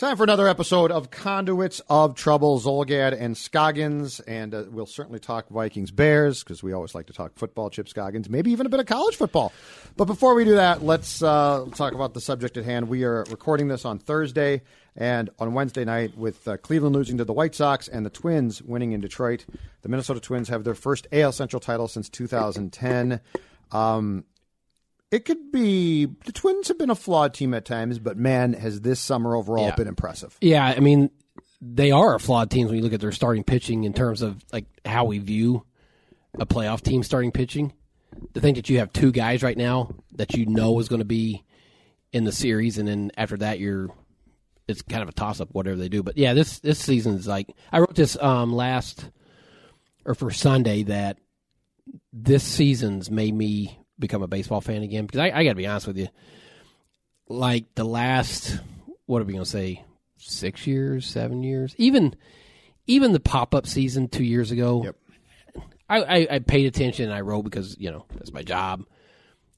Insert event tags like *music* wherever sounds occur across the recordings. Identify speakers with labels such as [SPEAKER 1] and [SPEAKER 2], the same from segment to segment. [SPEAKER 1] Time for another episode of Conduits of Trouble, Zolgad and Scoggins. And uh, we'll certainly talk Vikings Bears because we always like to talk football, Chip Scoggins, maybe even a bit of college football. But before we do that, let's uh, talk about the subject at hand. We are recording this on Thursday and on Wednesday night with uh, Cleveland losing to the White Sox and the Twins winning in Detroit. The Minnesota Twins have their first AL Central title since 2010. Um, it could be the Twins have been a flawed team at times, but man, has this summer overall
[SPEAKER 2] Yeah.
[SPEAKER 1] been impressive.
[SPEAKER 2] Yeah, I mean, they are a flawed team when you look at their starting pitching in terms of like how we view a playoff team starting pitching. The thing that you have two guys right now that you know is going to be in the series, and then after that, you're it's kind of a toss up whatever they do. But yeah, this this season is like I wrote this um last or for Sunday that this season's made me become a baseball fan again because I, I got to be honest with you, like the last what are we going to say six years, seven years, even even the pop up season two years ago.
[SPEAKER 1] Yep.
[SPEAKER 2] I, I, I paid attention and I wrote because you know that's my job,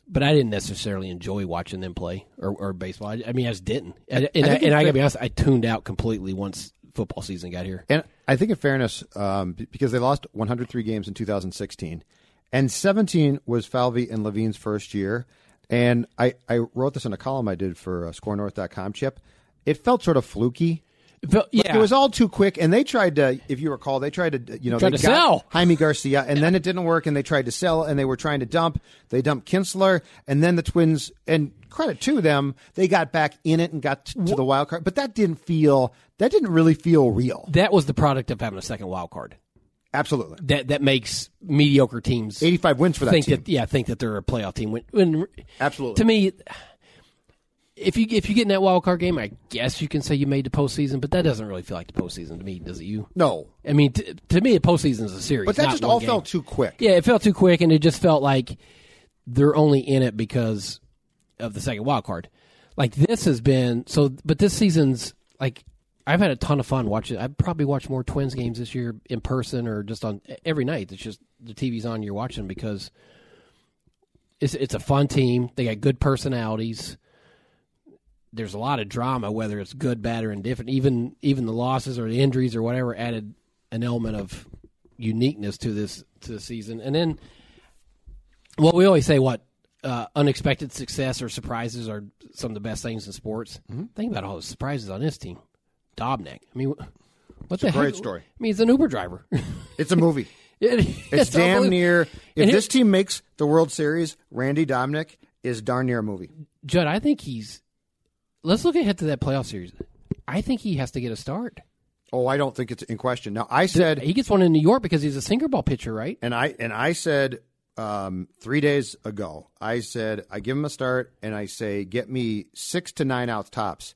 [SPEAKER 2] but I didn't necessarily enjoy watching them play or, or baseball. I, I mean, I just didn't. And, and I,
[SPEAKER 1] think it's
[SPEAKER 2] and I
[SPEAKER 1] fair-
[SPEAKER 2] gotta be honest, I tuned out completely once football season got here.
[SPEAKER 1] And I think, in fairness, um, b- because they lost 103 games in 2016, and 17 was Falvey and Levine's first year. And I, I wrote this in a column I did for uh, scorenorth.com, Chip. It felt sort of fluky.
[SPEAKER 2] But, yeah,
[SPEAKER 1] It was all too quick, and they tried to, if you recall, they tried to, you know,
[SPEAKER 2] Tried
[SPEAKER 1] they
[SPEAKER 2] to
[SPEAKER 1] got
[SPEAKER 2] sell.
[SPEAKER 1] Jaime Garcia, and then it didn't work, and they tried to sell, and they were trying to dump. They dumped Kinsler, and then the Twins, and credit to them, they got back in it and got t- to the wild card. But that didn't feel, that didn't really feel real.
[SPEAKER 2] that was the product of having a second wild card.
[SPEAKER 1] Absolutely.
[SPEAKER 2] That that makes mediocre teams
[SPEAKER 1] 85 wins for that
[SPEAKER 2] think
[SPEAKER 1] team.
[SPEAKER 2] that yeah think that they're a playoff team. When, when
[SPEAKER 1] Absolutely.
[SPEAKER 2] to me, if you if you get in that wild card game, I guess you can say you made the postseason, but that doesn't really feel like the postseason to me, does it? You
[SPEAKER 1] no.
[SPEAKER 2] I mean, t- to me, a postseason is a series.
[SPEAKER 1] But that
[SPEAKER 2] not
[SPEAKER 1] just
[SPEAKER 2] one
[SPEAKER 1] all
[SPEAKER 2] game.
[SPEAKER 1] felt too quick.
[SPEAKER 2] *laughs* Yeah, it felt too quick, and it just felt like they're only in it because of the second wild card. Like this has been so, but this season's like I've had a ton of fun watching. I probably watched more Twins games this year in person or just on every night. It's just the TV's on, you're watching because it's it's a fun team. They got good personalities. There's a lot of drama, whether it's good, bad, or indifferent. Even even the losses or the injuries or whatever added an element of uniqueness to this to the season. And then, well, we always say what uh, unexpected success or surprises are some of the best things in sports.
[SPEAKER 1] Mm-hmm.
[SPEAKER 2] Think about all the surprises on this team. Dobnik. I mean, what the heck?
[SPEAKER 1] great story.
[SPEAKER 2] I mean, he's an Uber driver. *laughs*
[SPEAKER 1] It's a movie.
[SPEAKER 2] It-
[SPEAKER 1] It's, damn
[SPEAKER 2] unbelievable.
[SPEAKER 1] near. If
[SPEAKER 2] And
[SPEAKER 1] this
[SPEAKER 2] it-
[SPEAKER 1] team makes the World Series, Randy Dominic is darn near a movie.
[SPEAKER 2] Judd, I think he's. Let's look ahead to that playoff series. I think he has to get a start.
[SPEAKER 1] Oh, I don't think it's in question. Now, I said,
[SPEAKER 2] He gets one in New York because he's a sinker ball pitcher, right?
[SPEAKER 1] and I and I said um, three days ago, I said I give him a start, and I say get me six to nine outs tops.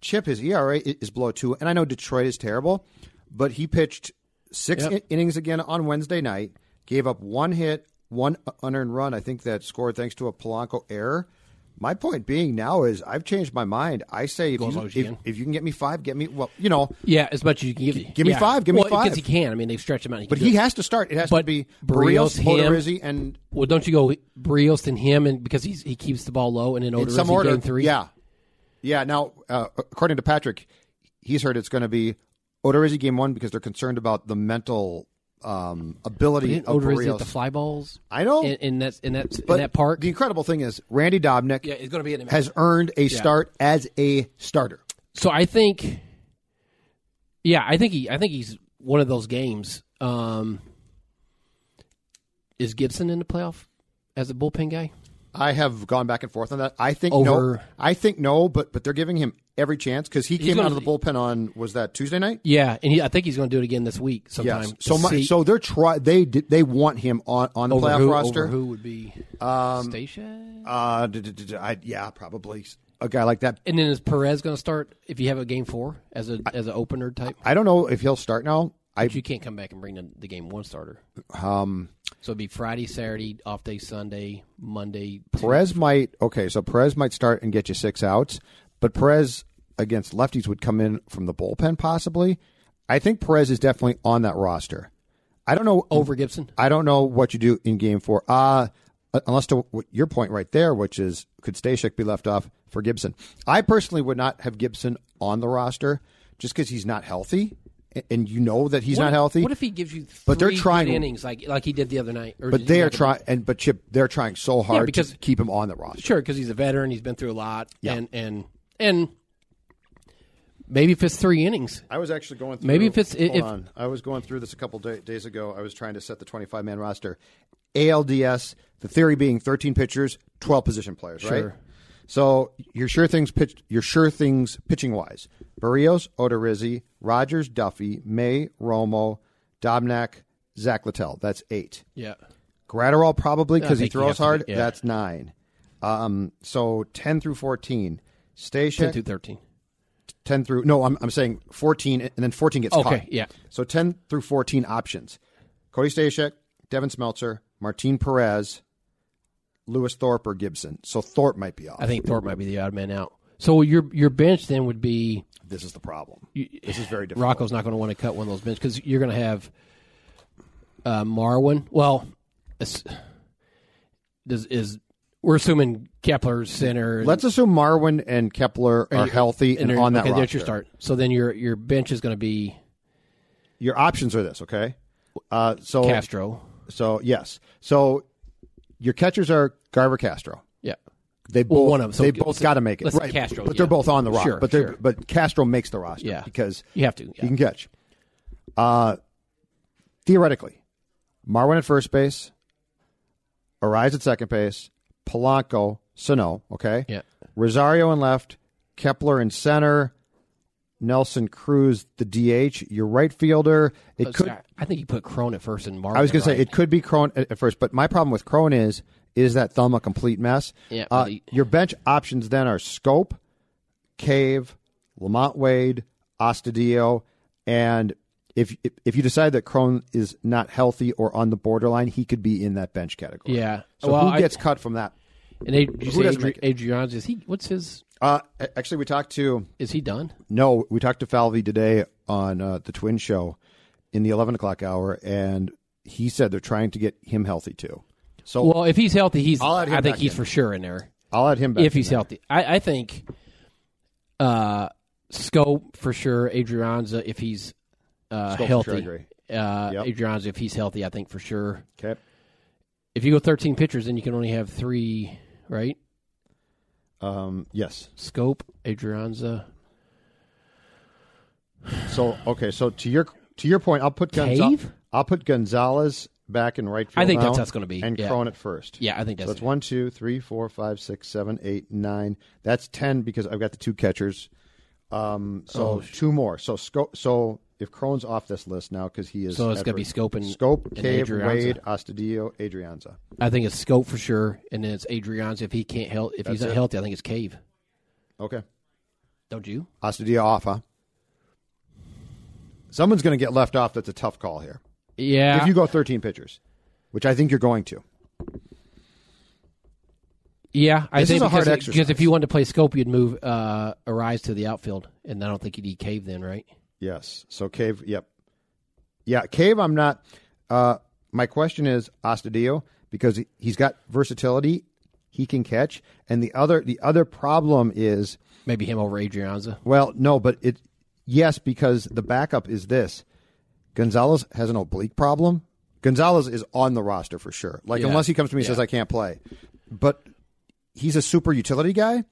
[SPEAKER 1] Chip, his ERA i- is below two, and I know Detroit is terrible, but he pitched six
[SPEAKER 2] Yep.
[SPEAKER 1] in- innings again on Wednesday night, gave up one hit, one unearned run. I think that scored thanks to a Polanco error. My point being now is I've changed my mind. I say if
[SPEAKER 2] Go as
[SPEAKER 1] you,
[SPEAKER 2] low as
[SPEAKER 1] if,
[SPEAKER 2] you can.
[SPEAKER 1] if you can get me five, get me well, you know,
[SPEAKER 2] Yeah, as much as you can give.
[SPEAKER 1] give me
[SPEAKER 2] yeah.
[SPEAKER 1] five, give me
[SPEAKER 2] Well,
[SPEAKER 1] five.
[SPEAKER 2] because he can. I mean, they've stretched him out.
[SPEAKER 1] but
[SPEAKER 2] can
[SPEAKER 1] he
[SPEAKER 2] do it.
[SPEAKER 1] has to start. It has to
[SPEAKER 2] But
[SPEAKER 1] be
[SPEAKER 2] Barrios,
[SPEAKER 1] Barrios,
[SPEAKER 2] him-
[SPEAKER 1] Odorizzi, and
[SPEAKER 2] Well, don't you go Brios and him, and because he's, he keeps the ball low, and in,
[SPEAKER 1] in some order.
[SPEAKER 2] game three.
[SPEAKER 1] Yeah, yeah. Now, uh, according to Patrick, he's heard it's going to be Odorizzi game one because they're concerned about the mental um, ability
[SPEAKER 2] Didn't
[SPEAKER 1] of
[SPEAKER 2] Odorizzi hit
[SPEAKER 1] Barrios.
[SPEAKER 2] the fly balls.
[SPEAKER 1] I know,
[SPEAKER 2] in, in that in that
[SPEAKER 1] but
[SPEAKER 2] in that park.
[SPEAKER 1] the incredible thing is Randy Dobnik
[SPEAKER 2] yeah, it's going to be in a minute.
[SPEAKER 1] has earned a start as a starter.
[SPEAKER 2] so I think, yeah, I think he, I think he's one of those games. Um, is Gibson in the playoff as a bullpen guy?
[SPEAKER 1] I have gone back and forth on that. I think no.
[SPEAKER 2] Over-
[SPEAKER 1] I think no, but but they're giving him every chance because he came
[SPEAKER 2] gonna-
[SPEAKER 1] out of the bullpen on was that Tuesday night?
[SPEAKER 2] Yeah, and he, I think he's going to do it again this week sometime.
[SPEAKER 1] Yes.
[SPEAKER 2] to
[SPEAKER 1] So my,
[SPEAKER 2] see
[SPEAKER 1] so they're try they did, they want him on on the
[SPEAKER 2] over
[SPEAKER 1] playoff
[SPEAKER 2] who,
[SPEAKER 1] roster.
[SPEAKER 2] over who would be um, Station?
[SPEAKER 1] Uh, d- d- d- d- I- yeah, probably a guy like that.
[SPEAKER 2] And then is Perez going to start if you have a game four as a as an opener type?
[SPEAKER 1] I don't know if he'll start now. I um,
[SPEAKER 2] But you can't come back and bring the, the game one starter. so it'd be Friday, Saturday, off day, Sunday, Monday.
[SPEAKER 1] Perez might okay, so Perez might start and get you six outs, but Perez against lefties would come in from the bullpen possibly. I think Perez is definitely on that roster. I don't know oh,
[SPEAKER 2] over Gibson.
[SPEAKER 1] I don't know what you do in game four. Uh, unless to w- your point right there, which is could Stashek be left off for Gibson? I personally would not have Gibson on the roster just because he's not healthy, a- and you know that he's
[SPEAKER 2] What-
[SPEAKER 1] not healthy.
[SPEAKER 2] What if he gives you? Three
[SPEAKER 1] But they're trying
[SPEAKER 2] good
[SPEAKER 1] to-
[SPEAKER 2] innings like like he did the other night. Or
[SPEAKER 1] but they
[SPEAKER 2] the
[SPEAKER 1] are
[SPEAKER 2] other-
[SPEAKER 1] trying, and but Chip, they're trying so hard
[SPEAKER 2] because-
[SPEAKER 1] to keep him on the roster.
[SPEAKER 2] Sure, because he's a veteran. He's been through a lot. And and and maybe if it's three innings,
[SPEAKER 1] I was actually going through.
[SPEAKER 2] Maybe if it's-
[SPEAKER 1] hold
[SPEAKER 2] if-
[SPEAKER 1] on. I was going through this a couple da- days ago. I was trying to set the twenty-five man roster. ALDS. The theory being thirteen pitchers, twelve position players, right?
[SPEAKER 2] Sure.
[SPEAKER 1] So your sure things pitch, your sure things pitching wise: Barrios, Odorizzi, Rogers, Duffy, May, Romo, Dobnak, Zach Littell. That's eight.
[SPEAKER 2] yeah,
[SPEAKER 1] Gratterall probably because he
[SPEAKER 2] I think you have
[SPEAKER 1] throws
[SPEAKER 2] to
[SPEAKER 1] hard.
[SPEAKER 2] be- yeah.
[SPEAKER 1] That's nine. Um, so ten through fourteen.
[SPEAKER 2] ten
[SPEAKER 1] Station
[SPEAKER 2] through thirteen.
[SPEAKER 1] 10 through no I'm, I'm saying 14 and then 14 gets
[SPEAKER 2] Okay,
[SPEAKER 1] caught
[SPEAKER 2] yeah.
[SPEAKER 1] so 10 through 14 options cody Stashek, devin smeltzer martin perez lewis thorpe or gibson so thorpe might be off
[SPEAKER 2] I think Thorpe might be the odd man out. So your your bench then would be
[SPEAKER 1] this is the problem this is very difficult
[SPEAKER 2] Rocco's not going to want to cut one of those benches because you're going to have uh, Marwin. Well, is, does, is we're assuming Kepler's center.
[SPEAKER 1] let's assume marwin and kepler are healthy and,
[SPEAKER 2] they're-
[SPEAKER 1] on that
[SPEAKER 2] okay,
[SPEAKER 1] roster
[SPEAKER 2] That's your start. So then your your bench is going to be
[SPEAKER 1] your options are this okay uh, so
[SPEAKER 2] Castro.
[SPEAKER 1] so yes so your catchers are garver castro
[SPEAKER 2] Yeah.
[SPEAKER 1] They both
[SPEAKER 2] Well, one of 'em. So
[SPEAKER 1] they
[SPEAKER 2] let's-
[SPEAKER 1] both got to make it.
[SPEAKER 2] let's say
[SPEAKER 1] right.
[SPEAKER 2] Castro,
[SPEAKER 1] but they're
[SPEAKER 2] yeah.
[SPEAKER 1] both on the roster.
[SPEAKER 2] Sure,
[SPEAKER 1] but they
[SPEAKER 2] sure.
[SPEAKER 1] but Castro makes the roster
[SPEAKER 2] Yeah.
[SPEAKER 1] because
[SPEAKER 2] You have to.
[SPEAKER 1] he
[SPEAKER 2] Yeah.
[SPEAKER 1] can catch. Uh, theoretically, Marwin at first base, Arise at second base, Polanco, Sano, okay?
[SPEAKER 2] Yeah.
[SPEAKER 1] Rosario in left, Kepler in center, Nelson Cruz the DH, your right fielder. It could
[SPEAKER 2] I think you put Crone at first and Marwin.
[SPEAKER 1] I was going
[SPEAKER 2] right?
[SPEAKER 1] to say it could be Crone at, at first, but my problem with Crone is is that thumb a complete mess.
[SPEAKER 2] Yeah,
[SPEAKER 1] Uh,
[SPEAKER 2] really.
[SPEAKER 1] your bench options then are Scope, Cave, Lamont Wade, Ostadio, and if if- if you decide that Crone is not healthy or on the borderline, he could be in that bench category.
[SPEAKER 2] Yeah.
[SPEAKER 1] So
[SPEAKER 2] well,
[SPEAKER 1] who
[SPEAKER 2] I-
[SPEAKER 1] gets cut from that?
[SPEAKER 2] and Ad- you
[SPEAKER 1] who
[SPEAKER 2] say
[SPEAKER 1] doesn't
[SPEAKER 2] Adri-
[SPEAKER 1] make
[SPEAKER 2] Adrian's is he? What's his?
[SPEAKER 1] Uh, a- actually, we talked to
[SPEAKER 2] Is he done?
[SPEAKER 1] No, we talked to Falvey today on uh, the Twin Show in the eleven o'clock hour, and he said they're trying to get him healthy too. So
[SPEAKER 2] Well, if he's healthy, he's.
[SPEAKER 1] Oh. I'll add him
[SPEAKER 2] I think
[SPEAKER 1] back
[SPEAKER 2] he's
[SPEAKER 1] in.
[SPEAKER 2] for sure in there.
[SPEAKER 1] I'll add him back.
[SPEAKER 2] if he's
[SPEAKER 1] in there.
[SPEAKER 2] healthy. I, I think uh, Scope for sure, Adrianza if he's uh,
[SPEAKER 1] Scope for
[SPEAKER 2] healthy.
[SPEAKER 1] sure, I agree.
[SPEAKER 2] Uh,
[SPEAKER 1] Yep.
[SPEAKER 2] Adrianza if he's healthy, I think for sure.
[SPEAKER 1] okay,
[SPEAKER 2] If you go 13 pitchers, then you can only have three, right?
[SPEAKER 1] um, yes.
[SPEAKER 2] Scope, Adrianza,
[SPEAKER 1] So okay, so to your to your point, I'll put Gonzalez.
[SPEAKER 2] Cave?
[SPEAKER 1] I'll put Gonzalez back in right field.
[SPEAKER 2] I think
[SPEAKER 1] now
[SPEAKER 2] that's how it's gonna be,
[SPEAKER 1] and
[SPEAKER 2] yeah.
[SPEAKER 1] Crone at first.
[SPEAKER 2] Yeah, I think that's
[SPEAKER 1] so. That's one, two, three, four, five, six, seven, eight, nine. That's ten because I've got the two catchers. Um, so
[SPEAKER 2] Oh,
[SPEAKER 1] two more. So Sco- so if Crone's off this list now because he is,
[SPEAKER 2] So it's
[SPEAKER 1] at
[SPEAKER 2] gonna be
[SPEAKER 1] first.
[SPEAKER 2] Scope and-
[SPEAKER 1] Scope,
[SPEAKER 2] and
[SPEAKER 1] Cave,
[SPEAKER 2] Adrianza.
[SPEAKER 1] Wade, Ostadio, Adrianza.
[SPEAKER 2] I think it's Scope for sure, and then it's Adrianza if he can't help. If he's not healthy, I think it's Cave.
[SPEAKER 1] Okay,
[SPEAKER 2] Don't you?
[SPEAKER 1] Ostadio off, huh? Someone's going to get left off. That's a tough call here.
[SPEAKER 2] Yeah.
[SPEAKER 1] if you go 13 pitchers, which I think you're going to.
[SPEAKER 2] yeah, I
[SPEAKER 1] This
[SPEAKER 2] think
[SPEAKER 1] is a hard
[SPEAKER 2] because, because
[SPEAKER 1] exercise.
[SPEAKER 2] if you wanted to play Scope, you'd move uh, Arise to the outfield, and I don't think you'd eat Cave then, right?
[SPEAKER 1] Yes. So Cave, yep. Yeah, Cave, I'm not. Uh, my question is Ostadio because he's got versatility. He can catch. And the other the other problem is
[SPEAKER 2] Maybe him over Adrianza.
[SPEAKER 1] well, no, but it yes because the backup is this. Gonzalez has an oblique problem. Gonzalez is on the roster for sure. Like
[SPEAKER 2] Yeah.
[SPEAKER 1] unless he comes to me and says I can't play. But he's a super utility guy,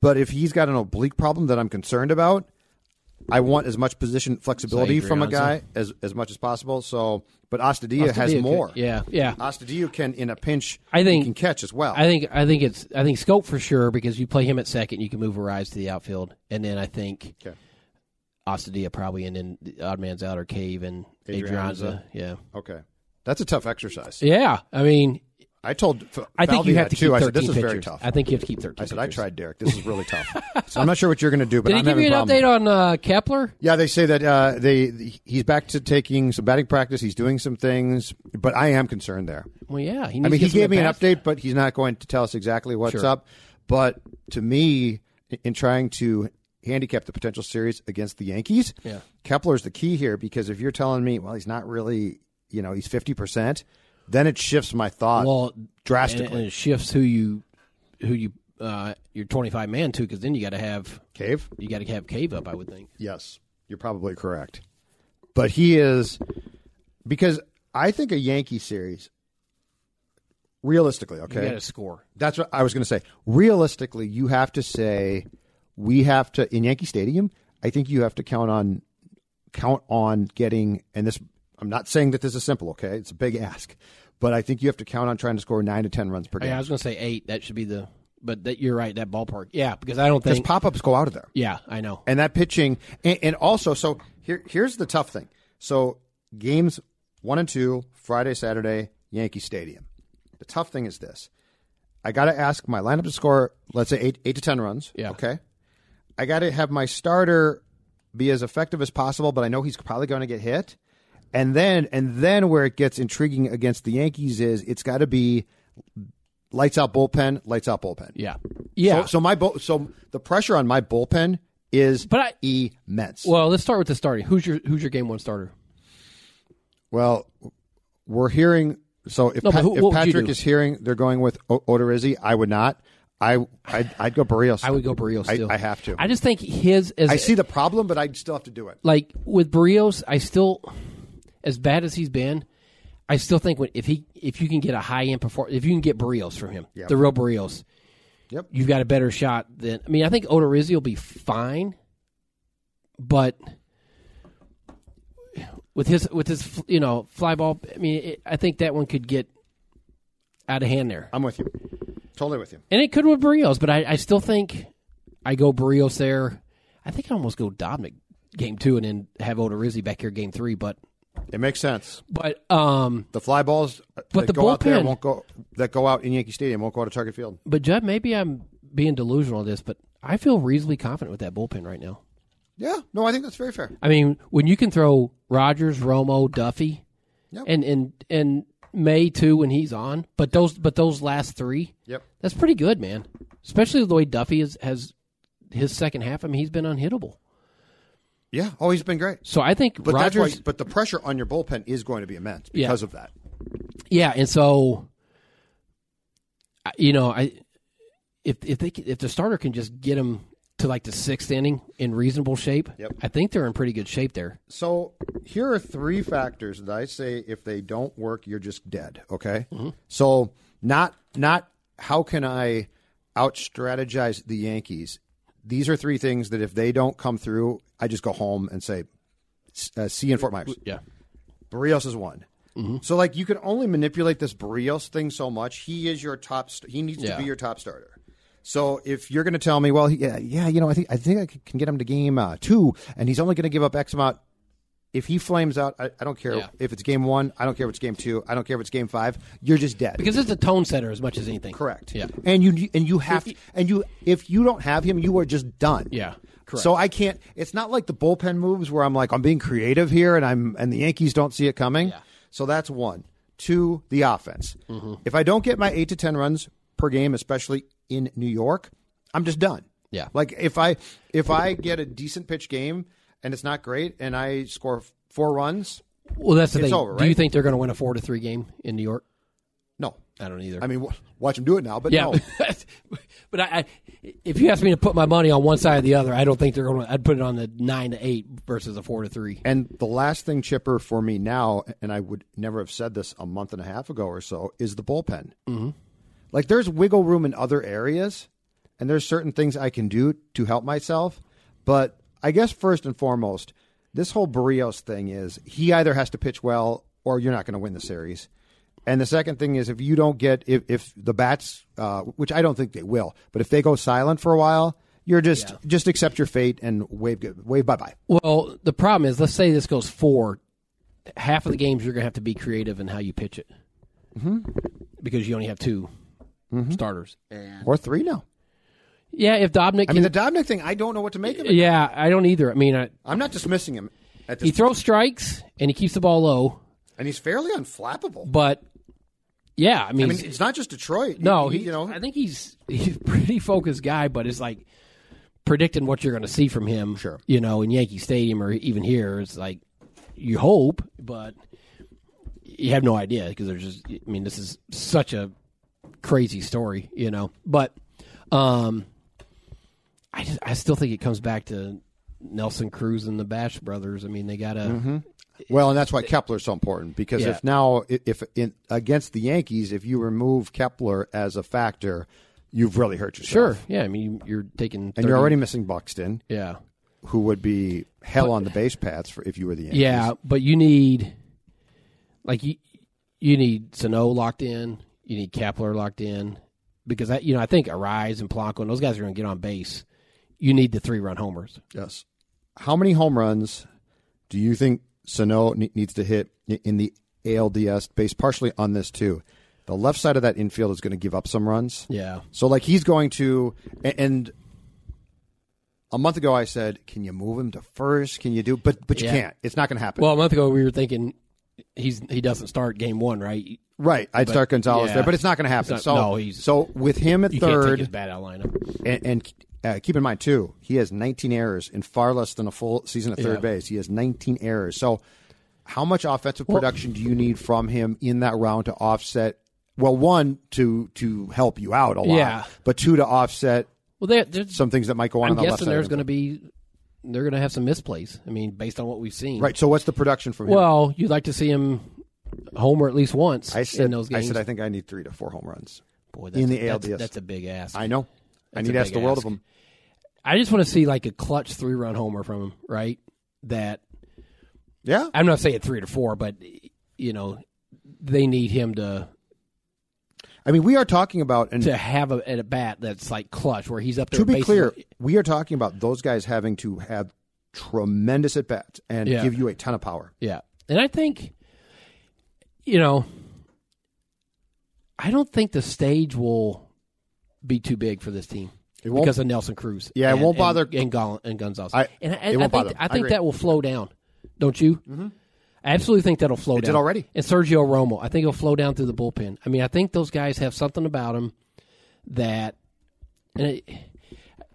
[SPEAKER 1] But if he's got an oblique problem that I'm concerned about, I want as much position flexibility
[SPEAKER 2] Zaire
[SPEAKER 1] from a
[SPEAKER 2] Ianza.
[SPEAKER 1] guy as as much as possible. So, but Ostadia has
[SPEAKER 2] Ostadia could-
[SPEAKER 1] more.
[SPEAKER 2] yeah, yeah.
[SPEAKER 1] Ostadia can in a pinch.
[SPEAKER 2] I think-
[SPEAKER 1] he can catch as well.
[SPEAKER 2] I think I think it's I think Scope for sure because you play him at second, you can move Arise to the outfield, and then I think
[SPEAKER 1] Okay.
[SPEAKER 2] Ostadia probably, and then the odd man's out or Cave and Adrianza.
[SPEAKER 1] Adrianza.
[SPEAKER 2] Yeah,
[SPEAKER 1] Okay, that's a tough exercise.
[SPEAKER 2] yeah. I mean,
[SPEAKER 1] I told F-
[SPEAKER 2] I think
[SPEAKER 1] Falvey
[SPEAKER 2] you have
[SPEAKER 1] that
[SPEAKER 2] to keep
[SPEAKER 1] too. I
[SPEAKER 2] thirteen
[SPEAKER 1] said this is
[SPEAKER 2] pitchers.
[SPEAKER 1] very tough.
[SPEAKER 2] I think you have to keep thirteen.
[SPEAKER 1] I said I
[SPEAKER 2] pitchers.
[SPEAKER 1] tried, Derek. This is really
[SPEAKER 2] *laughs*
[SPEAKER 1] tough. so I'm not sure what you're going to do, but
[SPEAKER 2] Did
[SPEAKER 1] I'm
[SPEAKER 2] he give
[SPEAKER 1] having
[SPEAKER 2] you an
[SPEAKER 1] a problem.
[SPEAKER 2] update on uh, Kepler?
[SPEAKER 1] Yeah, they say that uh, they he's back to taking some batting practice. He's doing some things, but I am concerned there.
[SPEAKER 2] Well, yeah. He
[SPEAKER 1] I mean,
[SPEAKER 2] needs to
[SPEAKER 1] he
[SPEAKER 2] get some
[SPEAKER 1] gave me an
[SPEAKER 2] at-bats.
[SPEAKER 1] update, but he's not going to tell us exactly what's
[SPEAKER 2] Sure.
[SPEAKER 1] up. But to me, in trying to handicap the potential series against the Yankees,
[SPEAKER 2] Yeah.
[SPEAKER 1] Kepler's the key here because if you're telling me, well, he's not really, you know, he's fifty percent, then it shifts my thought
[SPEAKER 2] Well,
[SPEAKER 1] drastically.
[SPEAKER 2] and, and it shifts who you who you uh, your twenty five man to because then you got to have
[SPEAKER 1] Cave,
[SPEAKER 2] you got to have Cave up. I would think.
[SPEAKER 1] Yes, you're probably correct. But he is because I think a Yankee series realistically,
[SPEAKER 2] You
[SPEAKER 1] okay.
[SPEAKER 2] got to score.
[SPEAKER 1] That's what I was going to say. Realistically, you have to say we have to in Yankee Stadium, I think you have to count on count on getting and this I'm not saying that this is simple, okay? It's a big ask. But I think you have to count on trying to score 9 to 10 runs per
[SPEAKER 2] Yeah, I
[SPEAKER 1] game.
[SPEAKER 2] was going to say eight. That should be the. But that you're right. That ballpark. Yeah, because I don't
[SPEAKER 1] Cuz
[SPEAKER 2] think.
[SPEAKER 1] pop-ups go out of there.
[SPEAKER 2] yeah, I know.
[SPEAKER 1] and that pitching and, and also so here here's the tough thing so games one and two friday saturday yankee stadium the tough thing is this i gotta ask my lineup to score let's say eight eight to ten runs
[SPEAKER 2] Yeah.
[SPEAKER 1] okay i gotta have my starter be as effective as possible but i know he's probably gonna get hit and then and then where it gets intriguing against the yankees is it's gotta be lights out bullpen lights out bullpen
[SPEAKER 2] Yeah, yeah.
[SPEAKER 1] so, so my bull, so the pressure on my bullpen is
[SPEAKER 2] But I-
[SPEAKER 1] immense. Well,
[SPEAKER 2] well, let's start with the starting. Who's your Who's your game one starter?
[SPEAKER 1] we're hearing so if,
[SPEAKER 2] No, but
[SPEAKER 1] Pat-
[SPEAKER 2] who-
[SPEAKER 1] if
[SPEAKER 2] what would you
[SPEAKER 1] Patrick
[SPEAKER 2] do?
[SPEAKER 1] is hearing they're going with o- Odorizzi, I would not. I I'd, I'd go Barrios.
[SPEAKER 2] I would go Barrios.
[SPEAKER 1] I-
[SPEAKER 2] Still,
[SPEAKER 1] I have to.
[SPEAKER 2] I just think his as
[SPEAKER 1] I see the problem, but I'd still have to do it.
[SPEAKER 2] like with Barrios, I still, as bad as he's been, I still think when if he if you can get a high end performance, if you can get Barrios from him, the real Barrios,
[SPEAKER 1] Yep.
[SPEAKER 2] you've got a better shot than. I mean, I think Odorizzi will be fine, but with his with his you know fly ball, I mean, it, I think that one could get out of hand there,
[SPEAKER 1] I'm with you. Totally with you.
[SPEAKER 2] and it could with Barrios, but I, I still think I go Barrios there. I think I almost go Dobnik game two, and then have Odorizzi back here game three, but.
[SPEAKER 1] It makes sense.
[SPEAKER 2] But um,
[SPEAKER 1] The fly balls uh, that
[SPEAKER 2] the
[SPEAKER 1] go out there
[SPEAKER 2] bullpen-
[SPEAKER 1] won't go that go out in Yankee Stadium won't go out to Target Field.
[SPEAKER 2] but Judd, maybe I'm being delusional on this, but I feel reasonably confident with that bullpen right now.
[SPEAKER 1] Yeah. No, I think that's very fair.
[SPEAKER 2] I mean, when you can throw Rogers, Romo, Duffy,
[SPEAKER 1] Yep.
[SPEAKER 2] and and and May too when he's on, but those but those last three,
[SPEAKER 1] Yep.
[SPEAKER 2] that's pretty good, man. Especially the way Duffy is, has his second half. I mean, he's been unhittable.
[SPEAKER 1] Yeah. Oh, he's been great.
[SPEAKER 2] So I think
[SPEAKER 1] But
[SPEAKER 2] Rogers,
[SPEAKER 1] that's why, but the pressure on your bullpen is going to be immense
[SPEAKER 2] Yeah.
[SPEAKER 1] because of that.
[SPEAKER 2] yeah, and so I- you know, I if if they c- if the starter can just get him to like the sixth inning in reasonable shape,
[SPEAKER 1] Yep.
[SPEAKER 2] I think they're in pretty good shape there.
[SPEAKER 1] So here are three factors that I say if they don't work, you're just dead. Okay. So not not how can I out strategize the Yankees? These are three things that if they don't come through, I just go home and say, s- uh, "See you in Fort Myers."
[SPEAKER 2] Yeah.
[SPEAKER 1] Barrios is one.
[SPEAKER 2] Mm-hmm.
[SPEAKER 1] So like you can only manipulate this Barrios thing so much. He is your top. St- he needs
[SPEAKER 2] Yeah.
[SPEAKER 1] to be your top starter. So if you're going to tell me, well, he- yeah, yeah, you know, I think I think I c- can get him to game uh, two, and he's only going to give up X amount. If he flames out, I, I don't care
[SPEAKER 2] Yeah.
[SPEAKER 1] if it's game one. I don't care if it's game two. I don't care if it's game five. You're just dead.
[SPEAKER 2] Because it's a tone setter as much as anything.
[SPEAKER 1] correct.
[SPEAKER 2] Yeah.
[SPEAKER 1] And you and you have to, and you if you don't have him, you are just done.
[SPEAKER 2] Yeah, correct.
[SPEAKER 1] So I can't. It's not like the bullpen moves where I'm like I'm being creative here, and I'm and the Yankees don't see it coming. So that's one. Two, the offense.
[SPEAKER 2] Mm-hmm.
[SPEAKER 1] If I don't get my eight to ten runs per game, especially in New York, I'm just done.
[SPEAKER 2] Yeah.
[SPEAKER 1] Like if I if I get a decent pitch game and it's not great, and I score f- four runs,
[SPEAKER 2] Well, that's the
[SPEAKER 1] It's
[SPEAKER 2] thing.
[SPEAKER 1] over,
[SPEAKER 2] Do you
[SPEAKER 1] right?
[SPEAKER 2] think they're going to win a four to three game in New York?
[SPEAKER 1] no.
[SPEAKER 2] I don't either.
[SPEAKER 1] I mean, w- watch them do it now, but
[SPEAKER 2] yeah, *laughs*
[SPEAKER 1] no.
[SPEAKER 2] but, I, I, if you ask me to put my money on one side or the other, I don't think they're going. to I'd put it on the nine to eight versus a four to three.
[SPEAKER 1] And the last thing, Chipper, for me now, and I would never have said this a month and a half ago or so, is the bullpen. Mm-hmm. Like there's wiggle room in other areas, and there's certain things I can do to help myself. But I guess first and foremost, this whole Barrios thing is he either has to pitch well or you're not going to win the series. And the second thing is if you don't get if, if the bats, uh, which I don't think they will, but if they go silent for a while, you're just just accept your fate and wave good- wave bye bye.
[SPEAKER 2] Well, the problem is, let's say this goes four. Half of the games you're going to have to be creative in how you pitch it, mm-hmm. because you only have 2
[SPEAKER 1] Mm-hmm.
[SPEAKER 2] starters.
[SPEAKER 1] Or three now.
[SPEAKER 2] Yeah, if Dobnik,
[SPEAKER 1] I mean the Dobnik thing, I don't know what to make of it.
[SPEAKER 2] yeah, I don't either. I mean, I,
[SPEAKER 1] I'm not dismissing him at
[SPEAKER 2] he
[SPEAKER 1] this
[SPEAKER 2] throws strikes and he keeps the ball low,
[SPEAKER 1] and he's fairly unflappable.
[SPEAKER 2] but yeah, I
[SPEAKER 1] I
[SPEAKER 2] mean,
[SPEAKER 1] mean, it's not just Detroit.
[SPEAKER 2] no,
[SPEAKER 1] He-
[SPEAKER 2] he,
[SPEAKER 1] he- you know,
[SPEAKER 2] I think he's he's a pretty focused guy, but it's like predicting what you're going to see from him.
[SPEAKER 1] Sure.
[SPEAKER 2] you know, in Yankee Stadium or even here, it's like you hope, but you have no idea because there's just. I mean, this is such a crazy story, you know. But um, I just, I still think it comes back to Nelson Cruz and the Bash Brothers. I mean, they got to.
[SPEAKER 1] Mm-hmm. Well, and that's why Kepler's so important because
[SPEAKER 2] Yeah.
[SPEAKER 1] if now i- if in against the Yankees, if you remove Kepler as a factor, you've really hurt yourself.
[SPEAKER 2] Sure. Yeah. I mean, you're taking. 30,
[SPEAKER 1] And you're already missing Buxton,
[SPEAKER 2] Yeah.
[SPEAKER 1] who would be hell on the base paths for if you were the Yankees.
[SPEAKER 2] Yeah, but you need like you you need Sano locked in, you need Kepler locked in because I, you know I think Arise and Polanco and those guys are going to get on base. You need the three run homers.
[SPEAKER 1] Yes. How many home runs do you think Sano ne- needs to hit i- in the ALDS based partially on this too? The left side of that infield is going to give up some runs.
[SPEAKER 2] Yeah,
[SPEAKER 1] So like he's going to a- and a month ago I said, "Can you move him to first? Can you do?" But but you
[SPEAKER 2] Yeah.
[SPEAKER 1] can't. It's not going to happen.
[SPEAKER 2] Well, a month ago we were thinking he's he doesn't start game one, right?
[SPEAKER 1] right. I'd start Gonzalez
[SPEAKER 2] yeah.
[SPEAKER 1] there, but it's not going to happen.
[SPEAKER 2] It's
[SPEAKER 1] so
[SPEAKER 2] not- no, he's-
[SPEAKER 1] so with him at
[SPEAKER 2] You can can't take his
[SPEAKER 1] third,
[SPEAKER 2] bat out of lineup.
[SPEAKER 1] and, and uh, keep in mind too, he has 19 errors in far less than a full season at third
[SPEAKER 2] Yeah.
[SPEAKER 1] base. He has 19 errors. So how much offensive production do you need from him in that round to offset? Well, one to to help you out a lot,
[SPEAKER 2] Yeah.
[SPEAKER 1] but two to offset
[SPEAKER 2] Well, there, there's
[SPEAKER 1] some things that might go on
[SPEAKER 2] I'm
[SPEAKER 1] on the left
[SPEAKER 2] guessing
[SPEAKER 1] side.
[SPEAKER 2] there's
[SPEAKER 1] of the
[SPEAKER 2] going to be they're going to have some misplays. I mean, based on what we've seen,
[SPEAKER 1] Right. So what's the production from him?
[SPEAKER 2] Well, you'd like to see him homer at least once
[SPEAKER 1] I said
[SPEAKER 2] in those
[SPEAKER 1] I
[SPEAKER 2] games.
[SPEAKER 1] said I think I need three to four home runs.
[SPEAKER 2] Boy,
[SPEAKER 1] in
[SPEAKER 2] a-
[SPEAKER 1] the
[SPEAKER 2] that's,
[SPEAKER 1] ALDS.
[SPEAKER 2] that's a big ass.
[SPEAKER 1] I know. I
[SPEAKER 2] That's
[SPEAKER 1] need
[SPEAKER 2] a
[SPEAKER 1] to ask
[SPEAKER 2] big
[SPEAKER 1] the world
[SPEAKER 2] ask.
[SPEAKER 1] of them.
[SPEAKER 2] I just want to see like a clutch three run homer from him, right? That
[SPEAKER 1] Yeah.
[SPEAKER 2] I'm not saying three to four, but you know, they need him to
[SPEAKER 1] I mean, we are talking about and
[SPEAKER 2] to have a, at a bat that's like clutch where he's up there.
[SPEAKER 1] to be
[SPEAKER 2] basically-
[SPEAKER 1] clear, we are talking about those guys having to have tremendous at bats and
[SPEAKER 2] Yeah.
[SPEAKER 1] give you a ton of power.
[SPEAKER 2] yeah. And I think, you know, I don't think the stage will be too big for this team
[SPEAKER 1] It won't-
[SPEAKER 2] because of Nelson Cruz.
[SPEAKER 1] Yeah, it
[SPEAKER 2] and-
[SPEAKER 1] won't bother-
[SPEAKER 2] and and, Gon- and Gonzalez.
[SPEAKER 1] I-
[SPEAKER 2] and I,
[SPEAKER 1] it won't
[SPEAKER 2] I think
[SPEAKER 1] bother. I
[SPEAKER 2] I think
[SPEAKER 1] agree.
[SPEAKER 2] that will flow down, don't you? Mm-hmm. I absolutely think that'll flow
[SPEAKER 1] It did
[SPEAKER 2] down.
[SPEAKER 1] already.
[SPEAKER 2] And Sergio Romo, I think he'll flow down through the bullpen. I mean, I think those guys have something about them that. And it,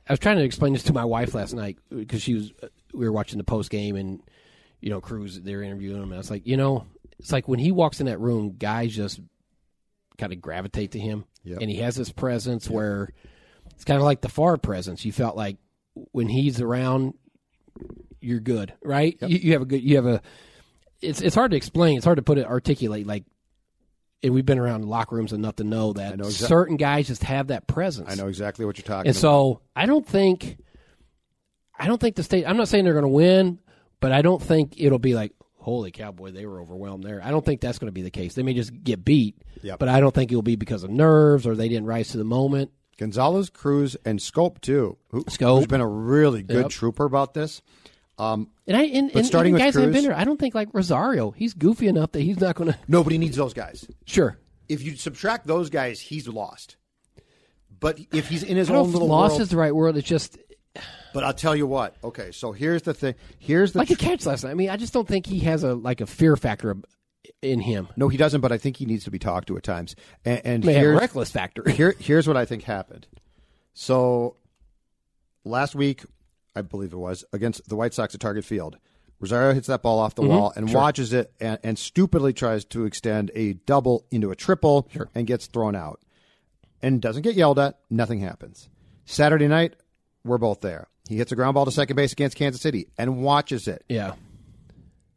[SPEAKER 2] I was trying to explain this to my wife last night because she was. We were watching the post game, and you know, Cruz they're interviewing him, and I was like, you know, it's like when he walks in that room, guys just kind of gravitate to him,
[SPEAKER 1] Yep.
[SPEAKER 2] and he has this presence where it's kind of like the far presence. You felt like when he's around, you're good, right? You, you have a good, you have a. It's it's hard to explain. It's hard to put it articulate. Like, and we've been around locker rooms enough to know that
[SPEAKER 1] know exact-
[SPEAKER 2] certain guys just have that presence.
[SPEAKER 1] I know exactly what you're talking
[SPEAKER 2] And
[SPEAKER 1] about.
[SPEAKER 2] so I don't think, I don't think the state. I'm not saying they're going to win, but I don't think it'll be like holy cowboy they were overwhelmed there. I don't think that's going to be the case. They may just get beat,
[SPEAKER 1] Yep.
[SPEAKER 2] but I don't think it'll be because of nerves or they didn't rise to the moment.
[SPEAKER 1] Gonzalez, Cruz, and Scope too. Who,
[SPEAKER 2] Scope.
[SPEAKER 1] who's been a really good
[SPEAKER 2] Yep.
[SPEAKER 1] trooper about this.
[SPEAKER 2] And I and, and
[SPEAKER 1] starting
[SPEAKER 2] even
[SPEAKER 1] with
[SPEAKER 2] guys that have been
[SPEAKER 1] Cruz-
[SPEAKER 2] there, I don't think like Rosario. He's goofy enough that he's not going *laughs* to.
[SPEAKER 1] Nobody needs those guys.
[SPEAKER 2] Sure,
[SPEAKER 1] If you subtract those guys, he's lost. But if he's in his
[SPEAKER 2] I don't
[SPEAKER 1] own
[SPEAKER 2] know if
[SPEAKER 1] little
[SPEAKER 2] loss
[SPEAKER 1] world,
[SPEAKER 2] is the right word. It's just
[SPEAKER 1] but I'll tell you what. Okay, so here's the thing. Here's the
[SPEAKER 2] like a catch last night. I mean, I just don't think he has a like a fear factor ab- in him.
[SPEAKER 1] No, he doesn't. But I think he needs to be talked to at times. And, and
[SPEAKER 2] May have a
[SPEAKER 1] here's,
[SPEAKER 2] reckless factor. *laughs*
[SPEAKER 1] here, here's what I think happened. So last week, I believe it was against the White Sox at Target Field, Rosario hits that ball off the wall and watches it, and, and stupidly tries to extend a double into a triple and gets thrown out, and doesn't get yelled at. Nothing happens. Saturday night, we're both there. He hits a ground ball to second base against Kansas City and watches it.
[SPEAKER 2] Yeah,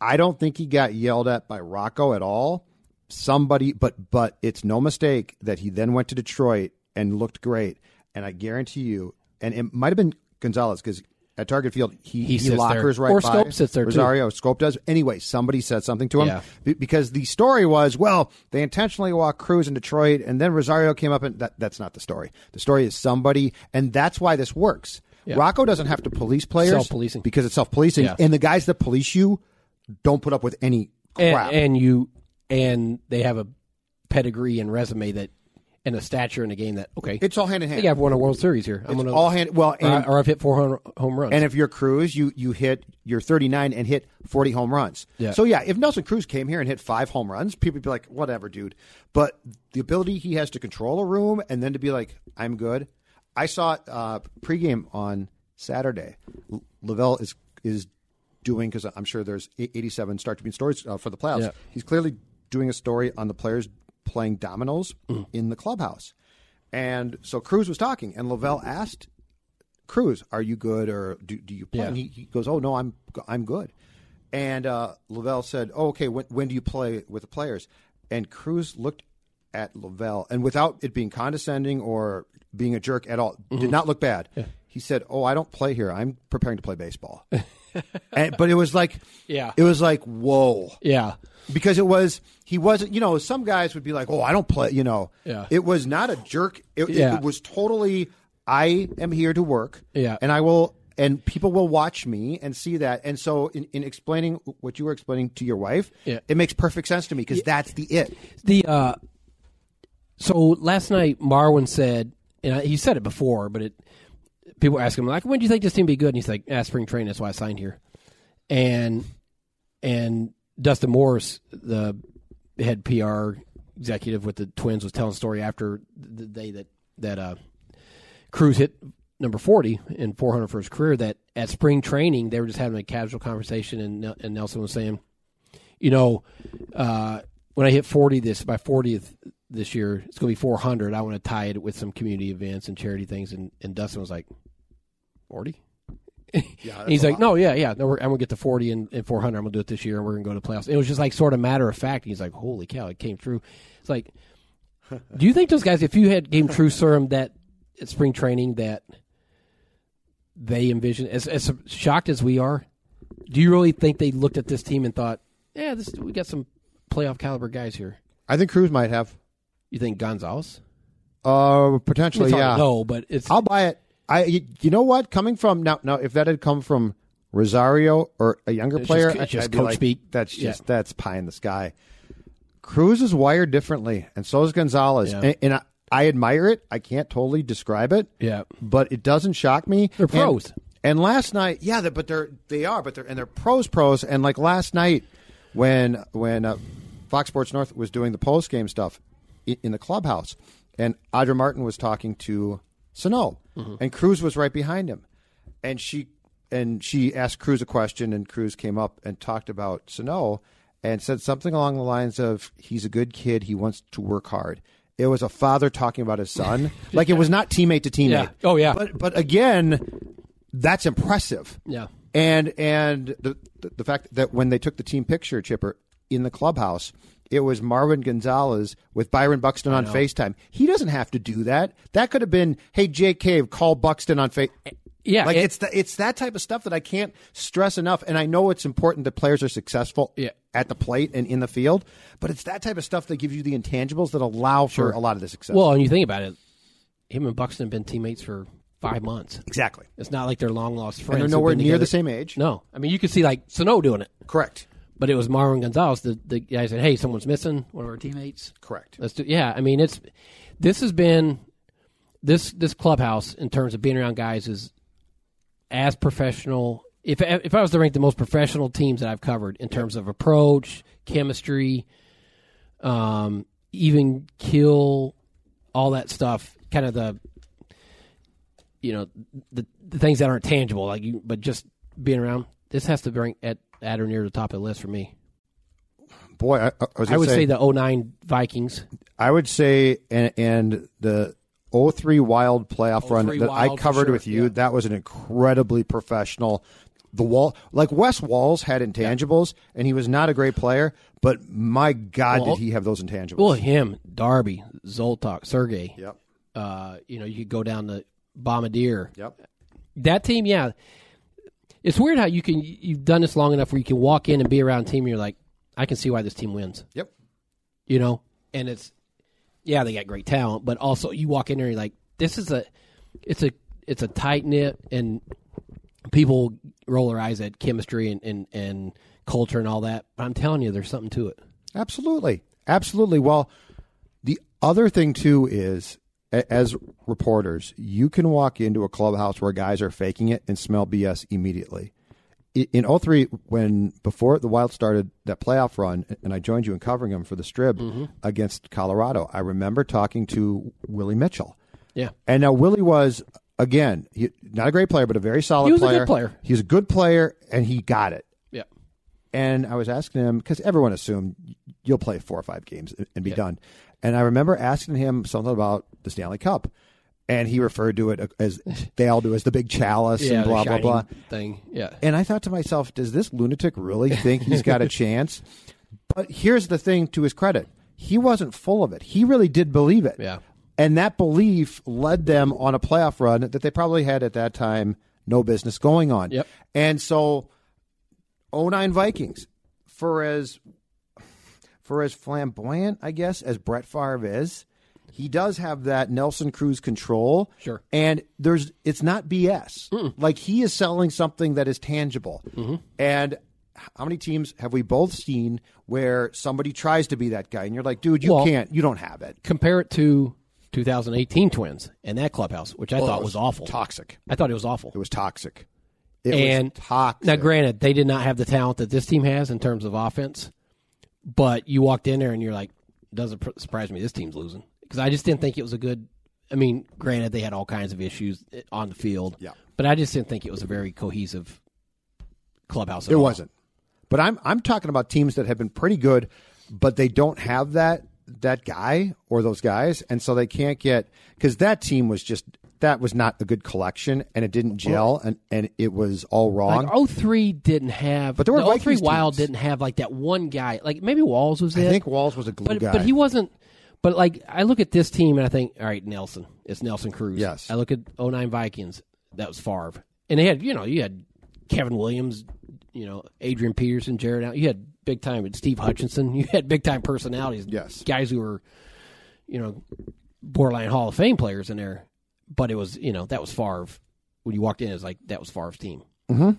[SPEAKER 1] I don't think he got yelled at by Rocco at all. Somebody, but but it's no mistake that he then went to Detroit and looked great. and I guarantee you, and it might have been Gonzalez because at Target Field he he,
[SPEAKER 2] sits there.
[SPEAKER 1] lockers right
[SPEAKER 2] Or
[SPEAKER 1] by.
[SPEAKER 2] Scope sits there, too.
[SPEAKER 1] Rosario Scope does anyway. Somebody said something to him
[SPEAKER 2] Yeah.
[SPEAKER 1] Be- because the story was well they intentionally walked Cruz in Detroit and then Rosario came up and that that's not the story. The story is somebody and that's why this works. Rocco doesn't have to police players
[SPEAKER 2] Self-policing.
[SPEAKER 1] because it's self policing
[SPEAKER 2] Yeah.
[SPEAKER 1] and the guys that police you don't put up with any
[SPEAKER 2] and,
[SPEAKER 1] crap.
[SPEAKER 2] and you and they have a pedigree and resume that and a stature in a game that okay,
[SPEAKER 1] it's all hand in
[SPEAKER 2] I
[SPEAKER 1] hand.
[SPEAKER 2] think I've won a World Series here. I'm gonna
[SPEAKER 1] all hand well
[SPEAKER 2] or, I-
[SPEAKER 1] and
[SPEAKER 2] or I've hit four home, home runs.
[SPEAKER 1] And if you're Cruz, you you hit your 39 and hit 40 home runs.
[SPEAKER 2] Yeah.
[SPEAKER 1] So yeah, if Nelson Cruz came here and hit five home runs, people would be like, whatever, dude. But the ability he has to control a room and then to be like, I'm good. I saw uh, pregame on Saturday. L- Lavelle is is doing because I'm sure there's e- 87 start to be stories uh, for the playoffs.
[SPEAKER 2] Yeah.
[SPEAKER 1] He's clearly doing a story on the players playing dominoes
[SPEAKER 2] Mm.
[SPEAKER 1] in the clubhouse. And so Cruz was talking, and Lavelle asked Cruz, are you good or do, do you play?
[SPEAKER 2] Yeah.
[SPEAKER 1] And he, he goes, oh no, I'm I'm good. And uh, Lavelle said, oh okay, when, when do you play with the players? And Cruz looked at Lavelle, and without it being condescending or being a jerk at all,
[SPEAKER 2] Mm-hmm.
[SPEAKER 1] did not look bad. He said, oh, I don't play here. I'm preparing to play baseball. *laughs* and, but it was like,
[SPEAKER 2] Yeah.
[SPEAKER 1] it was like, whoa
[SPEAKER 2] yeah,
[SPEAKER 1] because it was he wasn't you know some guys would be like oh i don't play you know
[SPEAKER 2] Yeah.
[SPEAKER 1] it was not a jerk it, it-
[SPEAKER 2] Yeah.
[SPEAKER 1] it, was totally i am here to work
[SPEAKER 2] Yeah.
[SPEAKER 1] and i will and people will watch me and see that and so in, in explaining what you were explaining to your wife
[SPEAKER 2] Yeah.
[SPEAKER 1] it makes perfect sense to me because that's the it
[SPEAKER 2] the uh, so last night Marwin said, and I, he said it before, but it people ask him like, when do you think this team be good? And he's like, ah, spring training. That's why I signed here. And and Dustin Morris, the head PR executive with the Twins, was telling a story after the day that that uh, Cruz hit number 40 and 400 for his career that at spring training they were just having a casual conversation and Nel- and Nelson was saying, you know, uh, when I hit 40 this by 40th this year, it's going to be 400. I want to tie it with some community events and charity things. And, and Dustin was like, 40?
[SPEAKER 1] yeah
[SPEAKER 2] *laughs* And he's like, no, yeah, yeah. No, we're, I'm going to get to 40 and, and 400. I'm going to do it this year, and we're going to go to the playoffs. It was just like sort of matter of fact. He's like, holy cow, it came true. It's like, do you think those guys, if you had game true serum that at spring training that they envision, as, as shocked as we are, do you really think they looked at this team and thought, yeah, this we got some playoff caliber guys here?
[SPEAKER 1] i think cruz might have
[SPEAKER 2] You think Gonzalez?
[SPEAKER 1] uh
[SPEAKER 2] It's
[SPEAKER 1] potentially
[SPEAKER 2] hard to
[SPEAKER 1] yeah
[SPEAKER 2] know, but it's
[SPEAKER 1] I'll buy it. I you, you know what? Coming from now now if that had come from Rosario or a younger
[SPEAKER 2] It's
[SPEAKER 1] player,
[SPEAKER 2] just- it's
[SPEAKER 1] I-
[SPEAKER 2] just
[SPEAKER 1] I'd be
[SPEAKER 2] coach
[SPEAKER 1] like,
[SPEAKER 2] speak.
[SPEAKER 1] That's just
[SPEAKER 2] Yeah.
[SPEAKER 1] that's pie in the sky. Cruz is wired differently, and so is Gonzalez.
[SPEAKER 2] Yeah.
[SPEAKER 1] And, and I, I admire it. I can't totally describe it.
[SPEAKER 2] Yeah.
[SPEAKER 1] but it doesn't shock me.
[SPEAKER 2] They're
[SPEAKER 1] And-
[SPEAKER 2] pros.
[SPEAKER 1] And last night, yeah, they're, but they're they are, but they're and they're pros, pros. And like last night, when when uh, Fox Sports North was doing the post game stuff in, in the clubhouse, and Audra Martin was talking to Sano,
[SPEAKER 2] Mm-hmm.
[SPEAKER 1] and Cruz was right behind him, and she and she asked Cruz a question, and Cruz came up and talked about Sano, and said something along the lines of, "He's a good kid. He wants to work hard." It was a father talking about his
[SPEAKER 2] *laughs*
[SPEAKER 1] son, like it was not teammate to teammate.
[SPEAKER 2] Yeah. Oh, yeah.
[SPEAKER 1] But but again, that's impressive.
[SPEAKER 2] Yeah.
[SPEAKER 1] And and the the, the fact that when they took the team picture chipper in the clubhouse, it was Marvin Gonzalez with Byron Buxton on FaceTime. He doesn't have to do that. That could have been, hey, Jay Cave, call Buxton on Face.
[SPEAKER 2] yeah,
[SPEAKER 1] like
[SPEAKER 2] it-
[SPEAKER 1] it's the, it's that type of stuff that I can't stress enough. And I know it's important that players are successful
[SPEAKER 2] Yeah.
[SPEAKER 1] at the plate and in the field, but it's that type of stuff that gives you the intangibles that allow for a lot of the success.
[SPEAKER 2] well, and you think about it, him and Buxton have been teammates for five months.
[SPEAKER 1] exactly.
[SPEAKER 2] It's not like they're long lost friends.
[SPEAKER 1] And they're
[SPEAKER 2] who've
[SPEAKER 1] nowhere
[SPEAKER 2] been
[SPEAKER 1] near the same
[SPEAKER 2] together-
[SPEAKER 1] age.
[SPEAKER 2] No, I mean you could see like Sano doing it,
[SPEAKER 1] Correct.
[SPEAKER 2] but it was Marvin Gonzalez. The the guy said, "Hey, someone's missing. One of our teammates.
[SPEAKER 1] Correct.
[SPEAKER 2] Let's do." Yeah, I mean it's this has been this this clubhouse in terms of being around guys is as professional. If if I was to rank the most professional teams that I've covered in terms of approach, chemistry, um, even kill, all that stuff, kind of the you know the, the things that aren't tangible, like you, but just being around. This has to bring at at or near the top of the list for me.
[SPEAKER 1] Boy, I, I was
[SPEAKER 2] I
[SPEAKER 1] gonna
[SPEAKER 2] would
[SPEAKER 1] say,
[SPEAKER 2] say the 09 Vikings.
[SPEAKER 1] I would say, and, and the 03 Wild playoff run
[SPEAKER 2] 03
[SPEAKER 1] that I
[SPEAKER 2] Wild, for
[SPEAKER 1] covered
[SPEAKER 2] sure,
[SPEAKER 1] with you,
[SPEAKER 2] yeah.
[SPEAKER 1] that was an incredibly professional. The wall, like Wes Walls had intangibles, and he was not a great player, but my God,
[SPEAKER 2] Well,
[SPEAKER 1] did he have those intangibles?
[SPEAKER 2] Well, him, Darby, Zoltok, Sergey.
[SPEAKER 1] yep.
[SPEAKER 2] Uh, you know, you could go down to Bombardier.
[SPEAKER 1] Yep.
[SPEAKER 2] That team, yeah. It's weird how you can you've done this long enough where you can walk in and be around a team and you're like, I can see why this team wins.
[SPEAKER 1] Yep.
[SPEAKER 2] You know? And it's yeah, they got great talent, but also you walk in there and you're like, this is a it's a it's a tight knit and people roll their eyes at chemistry and, and, and culture and all that. But I'm telling you, there's something to it.
[SPEAKER 1] Absolutely. Absolutely. Well, the other thing too is a- as reporters, you can walk into a clubhouse where guys are faking it and smell BS immediately. I- In 03, when before the Wild started that playoff run, and I joined you in covering them for the Strib
[SPEAKER 2] Mm-hmm.
[SPEAKER 1] against Colorado, I remember talking to Willie Mitchell.
[SPEAKER 2] Yeah.
[SPEAKER 1] And now Willie was again he, not a great player, but a very solid
[SPEAKER 2] He was a
[SPEAKER 1] player.
[SPEAKER 2] good player.
[SPEAKER 1] He's a good player, and he got it.
[SPEAKER 2] Yeah.
[SPEAKER 1] And I was asking him because everyone assumed you'll play four or five games and be done. And I remember asking him something about the Stanley Cup, and he referred to it as they all do as the big chalice
[SPEAKER 2] Yeah,
[SPEAKER 1] and
[SPEAKER 2] the
[SPEAKER 1] blah blah
[SPEAKER 2] shining
[SPEAKER 1] blah.
[SPEAKER 2] thing. Yeah.
[SPEAKER 1] And I thought to myself, does this lunatic really think he's got
[SPEAKER 2] *laughs*
[SPEAKER 1] a chance? But here's the thing to his credit. He wasn't full of it. He really did believe it.
[SPEAKER 2] Yeah.
[SPEAKER 1] And that belief led them on a playoff run that they probably had at that time no business going on.
[SPEAKER 2] Yep.
[SPEAKER 1] And so 09 Vikings, for as for as flamboyant, I guess, as Brett Favre is, he does have that Nelson Cruz control.
[SPEAKER 2] Sure.
[SPEAKER 1] And there's it's not BS. Like he is selling something that is tangible.
[SPEAKER 2] Mm-hmm.
[SPEAKER 1] And how many teams have we both seen where somebody tries to be that guy and you're like, dude, you
[SPEAKER 2] Well-
[SPEAKER 1] can't, you don't have it.
[SPEAKER 2] compare it to 2018 Twins and that clubhouse, which I thought was, awful.
[SPEAKER 1] Toxic.
[SPEAKER 2] I thought it was awful.
[SPEAKER 1] It was toxic. It
[SPEAKER 2] and
[SPEAKER 1] was toxic.
[SPEAKER 2] now, granted, they did not have the talent that this team has in terms of offense, but you walked in there and you're like, doesn't pr- surprise me. This team's losing because I just didn't think it was a good. I mean, granted, they had all kinds of issues eh, on the field,
[SPEAKER 1] Yeah.
[SPEAKER 2] but I just didn't think it was a very cohesive clubhouse. at
[SPEAKER 1] It
[SPEAKER 2] all.
[SPEAKER 1] wasn't. But I'm I'm talking about teams that have been pretty good, but they don't have that that guy or those guys, and so they can't get because that team was just that was not a good collection, and it didn't gel, and and it was all wrong.
[SPEAKER 2] Like 03 didn't have,
[SPEAKER 1] But there were
[SPEAKER 2] the 03
[SPEAKER 1] Vikings
[SPEAKER 2] Wild
[SPEAKER 1] teams.
[SPEAKER 2] didn't have like that one guy. Like maybe Walls was
[SPEAKER 1] I
[SPEAKER 2] it.
[SPEAKER 1] think Walls was a glue
[SPEAKER 2] but
[SPEAKER 1] guy.
[SPEAKER 2] but he wasn't. But like I look at this team and I think, all right, Nelson, it's Nelson Cruz.
[SPEAKER 1] Yes.
[SPEAKER 2] I look at 09 Vikings, that was Favre, and they had you know you had Kevin Williams, you know Adrian Peterson, Jared. Allen. You had big time Steve Hutchinson. *laughs* You had big time personalities.
[SPEAKER 1] Yes.
[SPEAKER 2] guys who were, you know, borderline Hall of Fame players in there. But it was you know that was Favre when you walked in. It was like that was Favre's team.
[SPEAKER 1] Mm-hmm.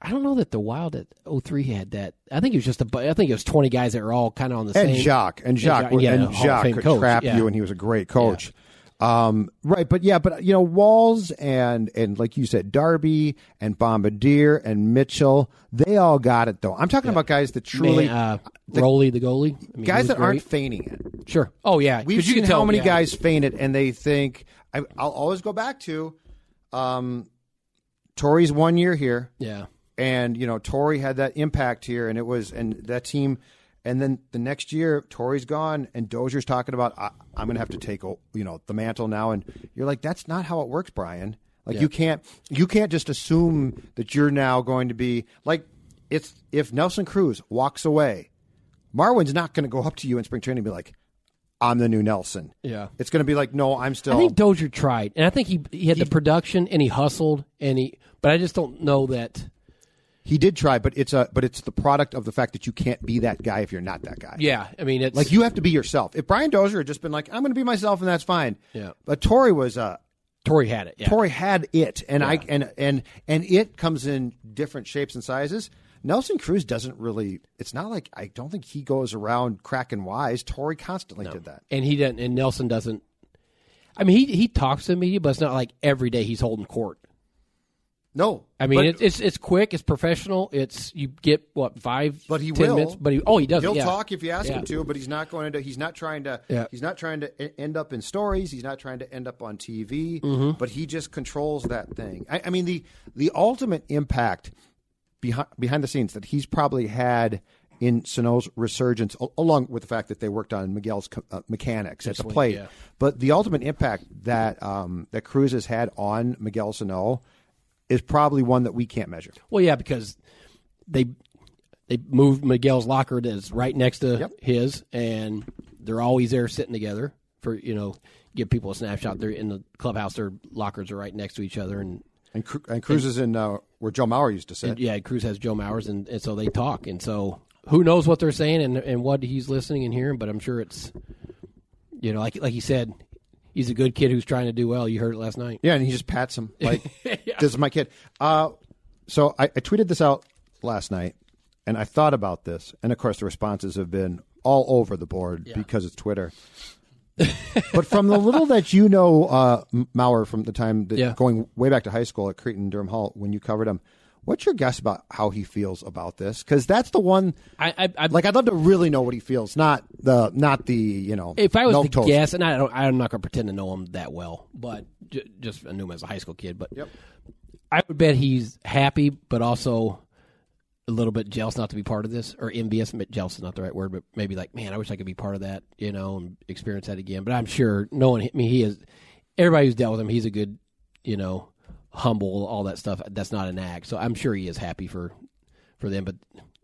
[SPEAKER 2] I don't know that the Wild at 03 had that. I think it was just a. bu- I think it was twenty guys that were all kind of on the
[SPEAKER 1] and
[SPEAKER 2] same.
[SPEAKER 1] Jacques and Jacques
[SPEAKER 2] Jacques, yeah,
[SPEAKER 1] and
[SPEAKER 2] Hall of
[SPEAKER 1] Jacques
[SPEAKER 2] Fame
[SPEAKER 1] could
[SPEAKER 2] coach,
[SPEAKER 1] trap
[SPEAKER 2] yeah.
[SPEAKER 1] you, and he was a great coach. Um, right, but yeah, but you know Walls and and like you said, Darby and Bombardier and Mitchell, they all got it though. I'm talking about guys that truly
[SPEAKER 2] Man, uh, Roley the goalie, I mean, he
[SPEAKER 1] guys
[SPEAKER 2] was
[SPEAKER 1] that aren't
[SPEAKER 2] great.
[SPEAKER 1] feigning it.
[SPEAKER 2] sure. Oh yeah,
[SPEAKER 1] We've
[SPEAKER 2] 'Cause you
[SPEAKER 1] seen
[SPEAKER 2] can tell,
[SPEAKER 1] how many
[SPEAKER 2] yeah.
[SPEAKER 1] guys feign it, and they think I, I'll always go back to um, Tori's one year here,
[SPEAKER 2] Yeah,
[SPEAKER 1] and you know Tori had that impact here, and it was and that team, and then the next year Tori's gone, and Dozier's talking about I, I'm going to have to take o- you know the mantle now, and you're like that's not how it works, Brian. Like you can't you can't just assume that you're now going to be like it's if Nelson Cruz walks away, Marwin's not going to go up to you in spring training and be like, I'm the new Nelson.
[SPEAKER 2] Yeah.
[SPEAKER 1] It's going to be like, no, I'm still.
[SPEAKER 2] I think Dozier tried, and I think he he had the production and he hustled and he. But I just don't know that.
[SPEAKER 1] he did try, but it's a but it's the product of the fact that you can't be that guy if you're not that guy.
[SPEAKER 2] Yeah, I mean it's
[SPEAKER 1] Like you have to be yourself. If Brian Dozier had just been like, I'm going to be myself and that's fine.
[SPEAKER 2] Yeah.
[SPEAKER 1] But Tori was uh
[SPEAKER 2] Torrey had it. Yeah.
[SPEAKER 1] Tori had it and I and and and it comes in different shapes and sizes. Nelson Cruz doesn't really it's not like I don't think he goes around cracking wise. Tori constantly did that.
[SPEAKER 2] and he doesn't and Nelson doesn't I mean he he talks to the media but it's not like every day he's holding court.
[SPEAKER 1] No.
[SPEAKER 2] I mean
[SPEAKER 1] but,
[SPEAKER 2] it's it's it's quick, it's professional, it's you get what five
[SPEAKER 1] but he
[SPEAKER 2] 10
[SPEAKER 1] will
[SPEAKER 2] minutes but he oh he does
[SPEAKER 1] He'll
[SPEAKER 2] yeah.
[SPEAKER 1] talk if you ask
[SPEAKER 2] Yeah.
[SPEAKER 1] him to, but he's not going to he's not trying to
[SPEAKER 2] Yeah.
[SPEAKER 1] he's not trying to e- end up in stories, he's not trying to end up on TV,
[SPEAKER 2] Mm-hmm.
[SPEAKER 1] but he just controls that thing. I, I mean the the ultimate impact behind behind the scenes that he's probably had in Sano's resurgence, a- along with the fact that they worked on Miguel's co- uh, mechanics at the plate, but the ultimate impact that um, that Cruz has had on Miguel Sano is probably one that we can't measure.
[SPEAKER 2] Well yeah, because they they moved Miguel's locker that's right next to his and they're always there sitting together for you know give people a snapshot. They're in the clubhouse. Their lockers are right next to each other, and
[SPEAKER 1] And, cru- and cruises in uh, where Joe Mauer used to sit.
[SPEAKER 2] yeah, Cruz has Joe Mowers, and, and so they talk, and so who knows what they're saying and and what he's listening and hearing, but I'm sure it's you know like like he said, he's a good kid who's trying to do well. You heard it last night.
[SPEAKER 1] Yeah, and he just pats him
[SPEAKER 2] *laughs*
[SPEAKER 1] like, "This is my kid." Uh, so I, I tweeted this out last night, and I thought about this, and of course the responses have been all over the board because it's Twitter. but from the little that you know, uh, M- Maurer, from the time that
[SPEAKER 2] Yeah.
[SPEAKER 1] going way back to high school at Creighton Durham Hall when you covered him, what's your guess about how he feels about this? Because that's the one.
[SPEAKER 2] I, I, I
[SPEAKER 1] Like I'd love to really know what he feels, not the not the you know.
[SPEAKER 2] If I was
[SPEAKER 1] milk
[SPEAKER 2] to
[SPEAKER 1] toast.
[SPEAKER 2] guess, and I don't, I'm not going to pretend to know him that well, but j- just I knew him as a high school kid. But I would bet he's happy, but also a little bit jealous not to be part of this, or envious. Ma- Jealous is not the right word, but maybe like, man, I wish I could be part of that, you know, and experience that again. But I'm sure knowing him, I mean, he is. Everybody who's dealt with him, he's a good, you know, humble, all that stuff. That's not an act, so I'm sure he is happy for for them. But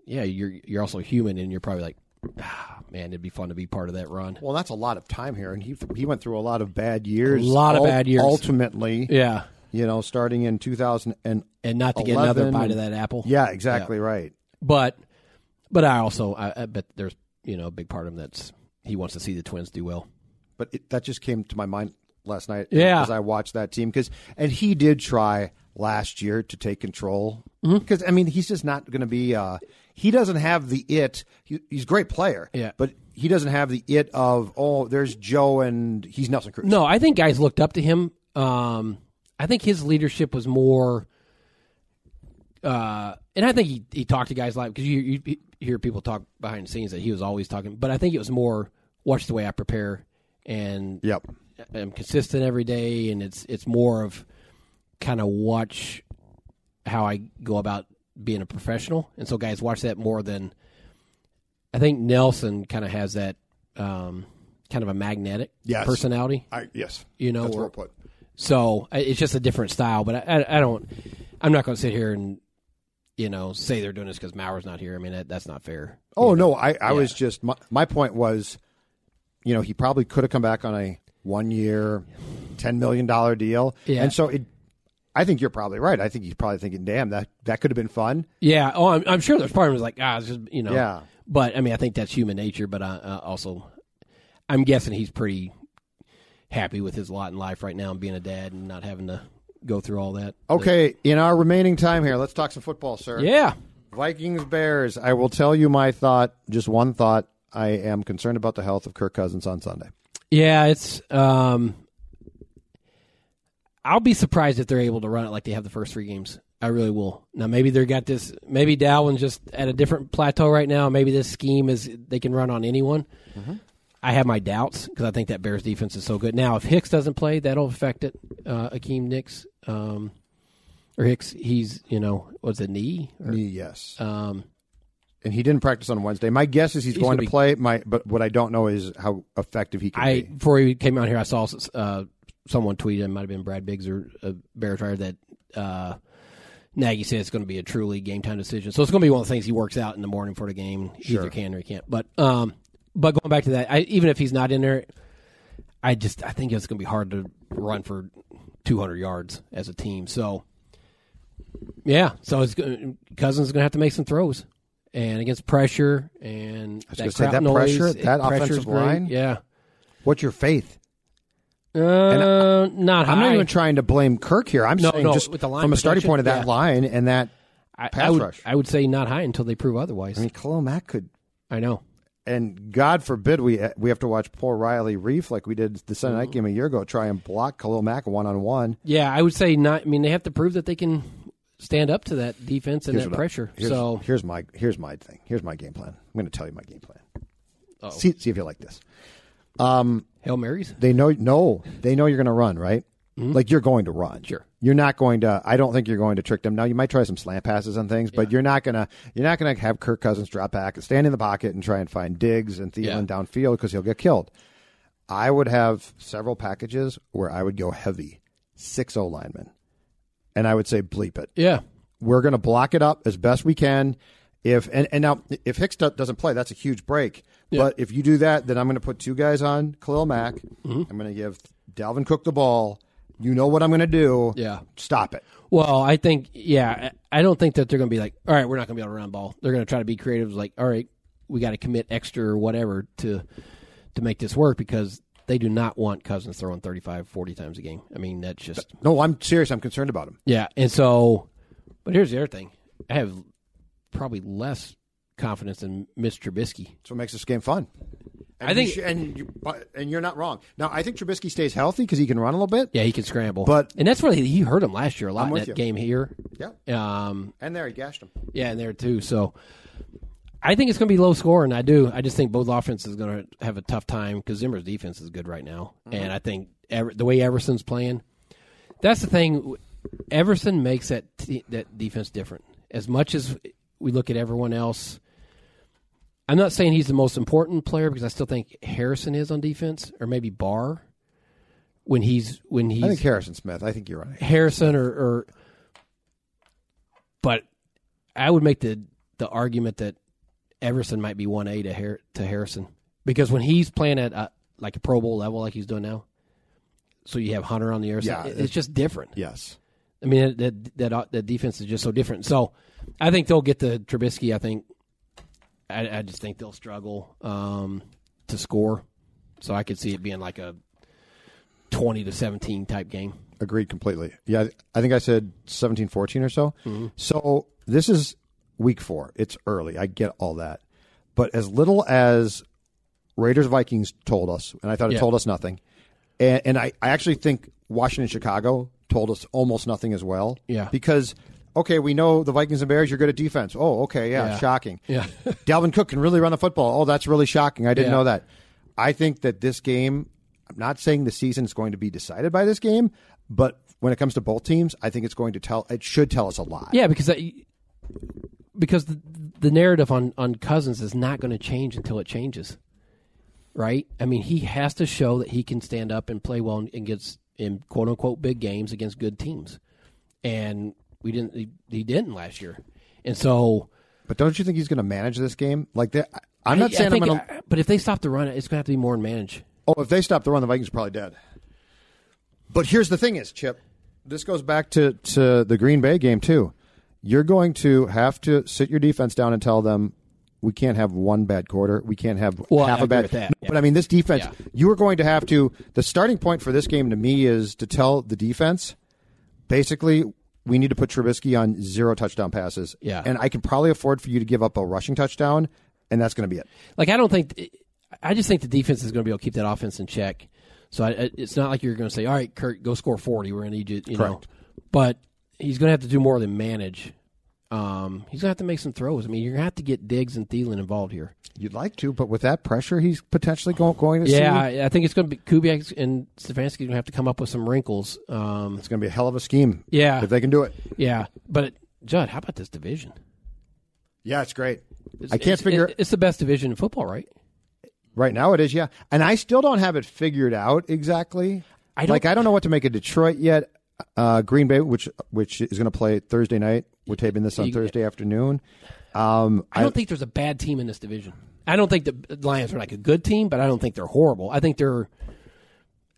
[SPEAKER 2] yeah, you're you're also human, and you're probably like. Ah, man, it'd be fun to be part of that run.
[SPEAKER 1] Well, that's a lot of time here, and he he went through a lot of bad years.
[SPEAKER 2] A lot of bad years.
[SPEAKER 1] Ultimately,
[SPEAKER 2] Yeah.
[SPEAKER 1] you know, starting in 2000 and
[SPEAKER 2] And not to get another
[SPEAKER 1] 11
[SPEAKER 2] bite of that apple.
[SPEAKER 1] yeah, exactly right.
[SPEAKER 2] But but I also I, I bet there's you know a big part of him that's he wants to see the twins do well.
[SPEAKER 1] But it, that just came to my mind last night.
[SPEAKER 2] Yeah.
[SPEAKER 1] as I watched that team, because and he did try last year to take control.
[SPEAKER 2] Mm-hmm.
[SPEAKER 1] Because I mean, he's just not going to be. Uh, he doesn't have the it. He, he's a great player.
[SPEAKER 2] Yeah.
[SPEAKER 1] but he doesn't have the it of oh, there's Joe and he's Nelson Cruz.
[SPEAKER 2] No, I think guys looked up to him. Um, I think his leadership was more. Uh, and I think he, he talked to guys like because you, you you hear people talk behind the scenes that he was always talking, but I think it was more watch the way I prepare and
[SPEAKER 1] Yep.
[SPEAKER 2] I'm consistent every day, and it's it's more of kind of watch how I go about being a professional. And so, guys, watch that more than I think Nelson kind of has that um, kind of a magnetic
[SPEAKER 1] Yes.
[SPEAKER 2] personality.
[SPEAKER 1] I, yes.
[SPEAKER 2] You know,
[SPEAKER 1] That's
[SPEAKER 2] or-
[SPEAKER 1] well put.
[SPEAKER 2] So I- it's just a different style. But I, I, I don't. I'm not going to sit here and you know say they're doing this because Maurer's not here. I mean, that, that's not fair.
[SPEAKER 1] Oh no, I, I was just my, my point was, you know, he probably could have come back on a one year, ten million dollar deal,
[SPEAKER 2] Yeah.
[SPEAKER 1] and so it. I think you're probably right. I think he's probably thinking, "Damn, that that could have been fun."
[SPEAKER 2] Yeah. Oh, I'm, I'm sure there's part of him is like, ah, it's just, you know.
[SPEAKER 1] Yeah.
[SPEAKER 2] But I mean, I think that's human nature. But I, uh, also, I'm guessing he's pretty happy with his lot in life right now and being a dad and not having to go through all that.
[SPEAKER 1] Okay, in our remaining time here, let's talk some football, sir.
[SPEAKER 2] Yeah.
[SPEAKER 1] Vikings Bears. I will tell you my thought, just one thought. I am concerned about the health of Kirk Cousins on Sunday.
[SPEAKER 2] Yeah. It's. um I'll be surprised if they're able to run it like they have the first three games. I really will. Now maybe they're got this. Maybe Dowlin's just at a different plateau right now. Maybe this scheme is they can run on anyone. I have my doubts because I think that Bears defense is so good. Now, if Hicks doesn't play, that'll affect it. Uh, Akeem Nicks um, or Hicks, he's you know what's the knee? Or,
[SPEAKER 1] Yes,
[SPEAKER 2] um,
[SPEAKER 1] and he didn't practice on Wednesday. My guess is he's,
[SPEAKER 2] He's
[SPEAKER 1] going
[SPEAKER 2] gonna
[SPEAKER 1] to
[SPEAKER 2] be-
[SPEAKER 1] play. My, but what I don't know is how effective he can
[SPEAKER 2] I
[SPEAKER 1] be.
[SPEAKER 2] before he came out here, I saw uh, someone tweet. It might have been Brad Biggs or a Bear Tire that uh, Nagy said it's going to be a truly game time decision. So it's going to be one of the things he works out in the morning for the game. He Either can or he can't. But um, but going back to that, I, even if he's not in there, I just I think it's going to be hard to run for 200 yards as a team. So yeah, so it's gonna, Cousins is going to have to make some throws. And against pressure and
[SPEAKER 1] was
[SPEAKER 2] that
[SPEAKER 1] gonna say,
[SPEAKER 2] crowd
[SPEAKER 1] that
[SPEAKER 2] noise,
[SPEAKER 1] pressure, that
[SPEAKER 2] pressure's
[SPEAKER 1] offensive
[SPEAKER 2] great.
[SPEAKER 1] line?
[SPEAKER 2] yeah.
[SPEAKER 1] What's your faith?
[SPEAKER 2] Uh, not high.
[SPEAKER 1] I'm not even trying to blame Kirk here. I'm
[SPEAKER 2] No,
[SPEAKER 1] saying
[SPEAKER 2] no,
[SPEAKER 1] just
[SPEAKER 2] with the line
[SPEAKER 1] from a starting
[SPEAKER 2] protection,
[SPEAKER 1] point of that
[SPEAKER 2] yeah.
[SPEAKER 1] line and that.
[SPEAKER 2] I,
[SPEAKER 1] pass
[SPEAKER 2] I would,
[SPEAKER 1] rush.
[SPEAKER 2] I would say not high until they prove otherwise.
[SPEAKER 1] I mean, Khalil Mack could,
[SPEAKER 2] I know.
[SPEAKER 1] and God forbid we we have to watch poor Riley Reef like we did the Sunday night game a year ago, try and block Khalil Mack one on one.
[SPEAKER 2] Mm-hmm. Yeah, I would say not. I mean, they have to prove that they can stand up to that defense and that pressure.
[SPEAKER 1] Here's,
[SPEAKER 2] so
[SPEAKER 1] here's my here's my thing. Here's my game plan. I'm going to tell you my game plan. See see if you like this.
[SPEAKER 2] hail marys.
[SPEAKER 1] They know no. They know you're going to run right. Like you're going to run.
[SPEAKER 2] Mm-hmm. Sure.
[SPEAKER 1] You're not going to. I don't think you're going to trick them. Now you might try some slant passes and things, but you're not gonna. You're not gonna have Kirk Cousins drop back and stand in the pocket and try and find digs and Thielen
[SPEAKER 2] Yeah.
[SPEAKER 1] downfield because he'll get killed. I would have several packages where I would go heavy six O linemen, and I would say bleep it
[SPEAKER 2] Yeah,
[SPEAKER 1] we're going to block it up as best we can. If and, and now if Hicks do- doesn't play, that's a huge break. But if you do that, then I'm going to put two guys on Khalil Mack.
[SPEAKER 2] Mm-hmm.
[SPEAKER 1] I'm going to give Dalvin Cook the ball. You know what I'm going to do.
[SPEAKER 2] Yeah.
[SPEAKER 1] Stop it.
[SPEAKER 2] Well, I think yeah, I I don't think that they're going to be like, all right, we're not going to be able to run ball. They're going to try to be creative, like, all right, we got to commit extra or whatever to to make this work because they do not want Cousins throwing 35, 40 times a game. I mean, that's just
[SPEAKER 1] No, I'm serious. I'm concerned about him.
[SPEAKER 2] yeah. And so, but here's the other thing: I have probably less confidence in Mitch Trubisky.
[SPEAKER 1] That's what makes this game fun. And
[SPEAKER 2] I think-
[SPEAKER 1] you sh- and you, but- and you're not wrong. Now I think Trubisky stays healthy because he can run a little bit.
[SPEAKER 2] Yeah, he can scramble,
[SPEAKER 1] But-
[SPEAKER 2] and that's where he hurt him last year a lot in
[SPEAKER 1] with
[SPEAKER 2] that
[SPEAKER 1] you.
[SPEAKER 2] game here.
[SPEAKER 1] Yeah.
[SPEAKER 2] Um,
[SPEAKER 1] And there he gashed him.
[SPEAKER 2] Yeah, and there too. So I think it's going to be low scoring. I do. I just think both offenses is going to have a tough time because Zimmer's defense is good right now, and I think Ever, the way Everson's playing, that's the thing. Everson makes that t- that defense different. As much as we look at everyone else, I'm not saying he's the most important player because I still think Harrison is on defense, or maybe Barr when he's when he's
[SPEAKER 1] I think Harrison Smith. I think you're right.
[SPEAKER 2] Harrison or, or but I would make the the argument that Everson might be one A to Har- to Harrison because when he's playing at a, like a Pro Bowl level like he's doing now, so you have Hunter on the other
[SPEAKER 1] Yeah,
[SPEAKER 2] side. it-
[SPEAKER 1] it's-
[SPEAKER 2] It's just different.
[SPEAKER 1] Yes.
[SPEAKER 2] I mean that that that defense is just so different. So I think they'll get the Trubisky. I think I, I just think they'll struggle um, to score. So I could see it being like a twenty to seventeen type game.
[SPEAKER 1] Agreed completely. Yeah, I think I said 17, 14 or so.
[SPEAKER 2] Mm-hmm.
[SPEAKER 1] So this is week four. It's early. I get all that. But as little as Raiders Vikings told us, and I thought it
[SPEAKER 2] Yeah.
[SPEAKER 1] told us nothing, and, and I, I actually think Washington Chicago told us almost nothing as well.
[SPEAKER 2] Yeah.
[SPEAKER 1] Because, okay, we know the Vikings and Bears, you're good at defense. Oh, okay, yeah, *laughs*
[SPEAKER 2] Yeah.
[SPEAKER 1] shocking.
[SPEAKER 2] Yeah.
[SPEAKER 1] Dalvin Cook can really run the football. Oh, that's really shocking. I didn't
[SPEAKER 2] Yeah.
[SPEAKER 1] know that. I think that this game, I'm not saying the season is going to be decided by this game, but when it comes to both teams, I think it's going to tell, it should tell us a lot.
[SPEAKER 2] Yeah, because I, because the, the narrative on on Cousins is not going to change until it changes, right? I mean, he has to show that he can stand up and play well and, and gets in quote unquote big games against good teams, and we didn't. He, he didn't last year, and so
[SPEAKER 1] But don't you think he's going to manage this game? Like, that? I'm not
[SPEAKER 2] I- I
[SPEAKER 1] saying I, am
[SPEAKER 2] think-
[SPEAKER 1] going to.
[SPEAKER 2] I- but if they stop the run, it's going to have to be more and manage.
[SPEAKER 1] Oh, if they stop the run, the Vikings are probably dead. But here's the thing: is Chip, this goes back to to the Green Bay game too. You're going to have to sit your defense down and tell them we can't have one bad quarter. We can't have
[SPEAKER 2] Well,
[SPEAKER 1] half
[SPEAKER 2] I
[SPEAKER 1] a
[SPEAKER 2] agree
[SPEAKER 1] bad.
[SPEAKER 2] with that.
[SPEAKER 1] No, But I mean, this defense,
[SPEAKER 2] Yeah.
[SPEAKER 1] you are going to have to. The starting point for this game to me is to tell the defense, basically, we need to put Trubisky on zero touchdown passes.
[SPEAKER 2] Yeah.
[SPEAKER 1] and I can probably afford for you to give up a rushing touchdown, and that's going to be it.
[SPEAKER 2] Like I don't think, I just think the defense is going to be able to keep that offense in check. So I, I- it's not like you're going to say, "All right, Kurt, go score 40. We're going to need you." You
[SPEAKER 1] Correct.
[SPEAKER 2] know, but he's going to have to do more than manage. Um, he's going to have to make some throws. I mean, you're going to have to get Diggs and Thielen involved here.
[SPEAKER 1] You'd like to, but with that pressure, he's potentially go- going to see.
[SPEAKER 2] Yeah, I, I think it's going to be Kubiak and Stefanski going to have to come up with some wrinkles. Um,
[SPEAKER 1] It's going to be a hell of a scheme.
[SPEAKER 2] Yeah.
[SPEAKER 1] If they can do it.
[SPEAKER 2] yeah, but Judd, how about this division?
[SPEAKER 1] Yeah, it's great. I can't
[SPEAKER 2] It's-
[SPEAKER 1] figure
[SPEAKER 2] it- it's the best division in football, right?
[SPEAKER 1] right now it is, yeah. And I still don't have it figured out exactly.
[SPEAKER 2] I don't-
[SPEAKER 1] like I don't know what to make of Detroit yet. Uh, Green Bay, which which is going to play Thursday night. We're taping this on Thursday afternoon. Um,
[SPEAKER 2] I don't think there's a bad team in this division. I don't think the Lions are like a good team, but I don't think they're horrible. I think they're,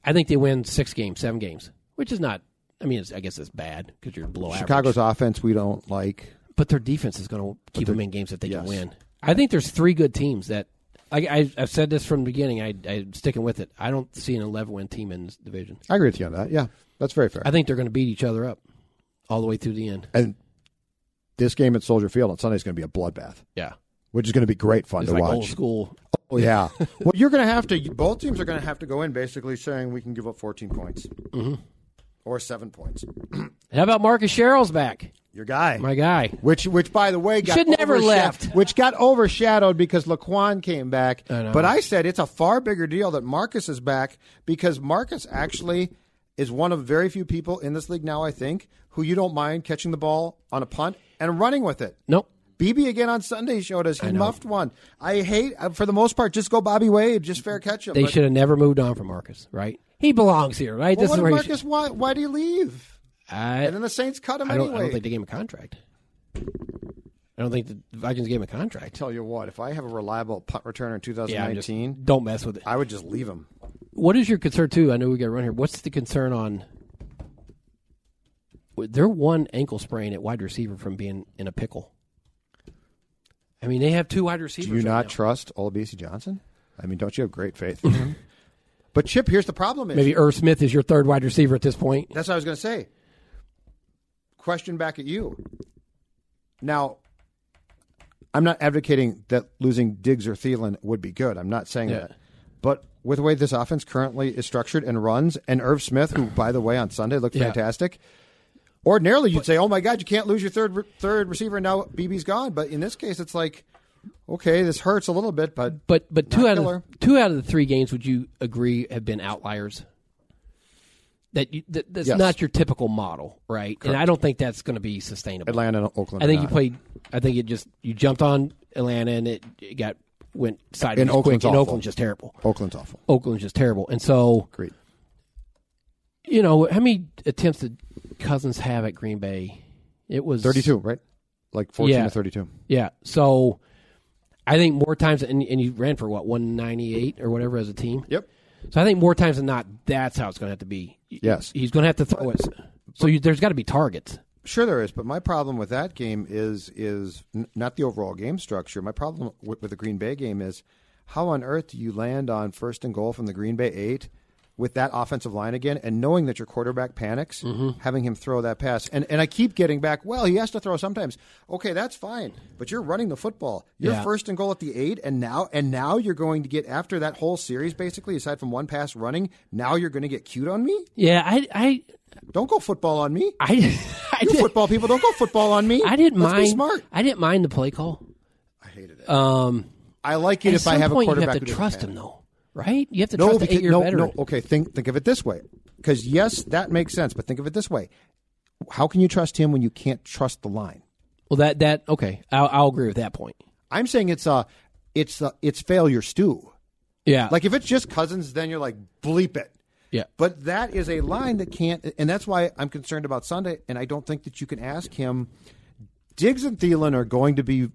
[SPEAKER 2] I think they win six games, seven games, which is not. I mean, it's, I guess it's bad because you're below
[SPEAKER 1] Chicago's
[SPEAKER 2] average.
[SPEAKER 1] offense we don't like.
[SPEAKER 2] But their defense is going to keep them in games that they can
[SPEAKER 1] yes.
[SPEAKER 2] win. I think there's three good teams that. I, I, I've said this from the beginning. I, I'm sticking with it. I don't see an 11 win team in this division.
[SPEAKER 1] I agree with you on that. Yeah, that's very fair.
[SPEAKER 2] I think they're going to beat each other up all the way through the end.
[SPEAKER 1] and this game at Soldier Field on Sunday is going to be a bloodbath,
[SPEAKER 2] Yeah.
[SPEAKER 1] which is going to be great fun
[SPEAKER 2] It's
[SPEAKER 1] to
[SPEAKER 2] like
[SPEAKER 1] watch.
[SPEAKER 2] old school.
[SPEAKER 1] Oh
[SPEAKER 2] *laughs*
[SPEAKER 1] yeah. well, you're going to have to. Both teams are going to have to go in basically saying we can give up 14 points
[SPEAKER 2] Mm-hmm.
[SPEAKER 1] or seven points.
[SPEAKER 2] How about Marcus Sherrill's back?
[SPEAKER 1] Your guy,
[SPEAKER 2] My guy.
[SPEAKER 1] which which by the way got
[SPEAKER 2] Should never
[SPEAKER 1] overshad-
[SPEAKER 2] left.
[SPEAKER 1] which got overshadowed because Laquan came back.
[SPEAKER 2] know.
[SPEAKER 1] But I said it's a far bigger deal that Marcus is back because Marcus actually is one of very few people in this league now. I think who you don't mind catching the ball on a punt and running with it.
[SPEAKER 2] Nope.
[SPEAKER 1] BB again on Sunday showed us he muffed one. I hate uh, for the most part just go Bobby Wade, just fair catch him.
[SPEAKER 2] They
[SPEAKER 1] but-
[SPEAKER 2] should have never moved on from Marcus, right? He belongs here, right?
[SPEAKER 1] Well,
[SPEAKER 2] this
[SPEAKER 1] what
[SPEAKER 2] is
[SPEAKER 1] if
[SPEAKER 2] where
[SPEAKER 1] Marcus? Why? Why did he leave?
[SPEAKER 2] he should, I,
[SPEAKER 1] And then the Saints cut him
[SPEAKER 2] I don't,
[SPEAKER 1] anyway.
[SPEAKER 2] I don't think they gave him a contract. I don't think the Vikings gave him a contract.
[SPEAKER 1] Tell you what, if I have a reliable punt returner in
[SPEAKER 2] Yeah, I'm just-
[SPEAKER 1] 2019,
[SPEAKER 2] don't mess with it.
[SPEAKER 1] I would just leave him.
[SPEAKER 2] What is your concern too? I know we got to run here. What's the concern on? They're one ankle sprain at wide receiver from being in a pickle. I mean, they have two wide receivers.
[SPEAKER 1] Do you
[SPEAKER 2] right
[SPEAKER 1] not
[SPEAKER 2] now.
[SPEAKER 1] trust Ola BC Johnson? I mean, don't you have great faith in him? but Chip, here's the problem: is
[SPEAKER 2] Mm-hmm. Maybe Irv Smith is your third wide receiver at this point.
[SPEAKER 1] That's what I was going to say. Question back at you. Now, I'm not advocating that losing Diggs or Thielen would be good. I'm not saying
[SPEAKER 2] Yeah.
[SPEAKER 1] that. But with the way this offense currently is structured and runs, and Irv Smith, who, by the way, on Sunday looked
[SPEAKER 2] Yeah.
[SPEAKER 1] fantastic. Ordinarily, you'd say, "Oh my God, you can't lose your third re- third receiver." And now BB's gone. But in this case, it's like, okay, this hurts a little bit, but
[SPEAKER 2] But but two
[SPEAKER 1] Not
[SPEAKER 2] out
[SPEAKER 1] killer.
[SPEAKER 2] of two out of the three games, would you agree have been outliers? That, you, that that's
[SPEAKER 1] Yes.
[SPEAKER 2] not your typical model, right? And I don't think that's going to be sustainable.
[SPEAKER 1] Atlanta and Oakland.
[SPEAKER 2] I
[SPEAKER 1] are
[SPEAKER 2] think
[SPEAKER 1] not.
[SPEAKER 2] you played. I think it just you jumped on Atlanta and it, it got went sideways
[SPEAKER 1] And Oakland's
[SPEAKER 2] quick. And
[SPEAKER 1] awful.
[SPEAKER 2] Oakland's just terrible.
[SPEAKER 1] Oakland's awful.
[SPEAKER 2] Oakland's just terrible. And so
[SPEAKER 1] Great.
[SPEAKER 2] you know how many attempts did Cousins have at Green Bay? It was
[SPEAKER 1] Thirty-two, right? Like fourteen
[SPEAKER 2] Yeah.
[SPEAKER 1] to thirty-two.
[SPEAKER 2] Yeah. So I think more times and, and you ran for what one ninety eight or whatever as a team.
[SPEAKER 1] Yep.
[SPEAKER 2] So I think more times than not, that's how it's going to have to be.
[SPEAKER 1] Yes.
[SPEAKER 2] he's going to have to throw it. So you, there's got to be targets.
[SPEAKER 1] Sure, there is, but my problem with that game is is n- not the overall game structure. My problem with, with the Green Bay game is how on earth do you land on first and goal from the Green Bay eight with that offensive line again, and knowing that your quarterback panics, having him throw that pass, and and I keep getting back. Well, he has to throw sometimes. Okay, that's fine, but you're running the football. You're
[SPEAKER 2] Yeah.
[SPEAKER 1] first and goal at the eight, and now and now you're going to get after that whole series basically, aside from one pass running. Now you're going to get cute on me.
[SPEAKER 2] Yeah, I, I,
[SPEAKER 1] Don't go football on me.
[SPEAKER 2] I, *laughs* I
[SPEAKER 1] You
[SPEAKER 2] did-
[SPEAKER 1] football people, don't go football on me.
[SPEAKER 2] I didn't
[SPEAKER 1] Let's
[SPEAKER 2] mind.
[SPEAKER 1] Be smart.
[SPEAKER 2] I didn't mind the play call.
[SPEAKER 1] I hated it.
[SPEAKER 2] Um,
[SPEAKER 1] I like it
[SPEAKER 2] at
[SPEAKER 1] if I
[SPEAKER 2] some
[SPEAKER 1] have a
[SPEAKER 2] point, you
[SPEAKER 1] quarterback.
[SPEAKER 2] have to
[SPEAKER 1] who doesn't
[SPEAKER 2] trust
[SPEAKER 1] panic.
[SPEAKER 2] him, though, right? You have to
[SPEAKER 1] No,
[SPEAKER 2] trust the
[SPEAKER 1] because,
[SPEAKER 2] eight-year
[SPEAKER 1] no,
[SPEAKER 2] veteran.
[SPEAKER 1] no. Okay, think think of it this way. Because yes, that makes sense. But think of it this way: How can you trust him when you can't trust the line?
[SPEAKER 2] Well, that that okay. I'll, I'll agree with that point.
[SPEAKER 1] I'm saying it's a, it's a, it's failure stew.
[SPEAKER 2] Yeah,
[SPEAKER 1] Like if it's just Cousins, then you're like bleep it.
[SPEAKER 2] yeah.
[SPEAKER 1] But that is a line that can't, and that's why I'm concerned about Sunday. And I don't think that you can ask him. Diggs and Thielen are going to be.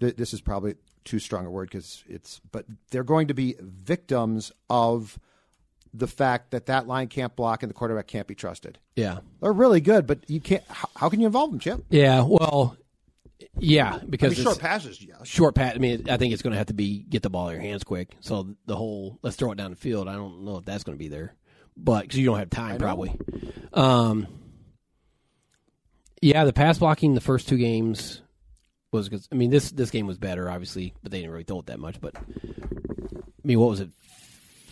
[SPEAKER 1] th- This is probably too strong a word because it's, but they're going to be victims of the fact that that line can't block and the quarterback can't be trusted.
[SPEAKER 2] Yeah.
[SPEAKER 1] They're really good, but you can't. How, how can you involve them, Chip?
[SPEAKER 2] Yeah. Well, yeah,
[SPEAKER 1] I
[SPEAKER 2] because
[SPEAKER 1] mean,
[SPEAKER 2] it's-
[SPEAKER 1] short passes, yeah.
[SPEAKER 2] short pass. I mean, I think it's going to have to be get the ball in your hands quick. So the whole let's throw it down the field. I don't know if that's going to be there, but because you don't have time probably. Um, yeah, the pass blocking the first two games was. good. I mean, this this game was better, obviously, but they didn't really throw it that much. But I mean, what was it?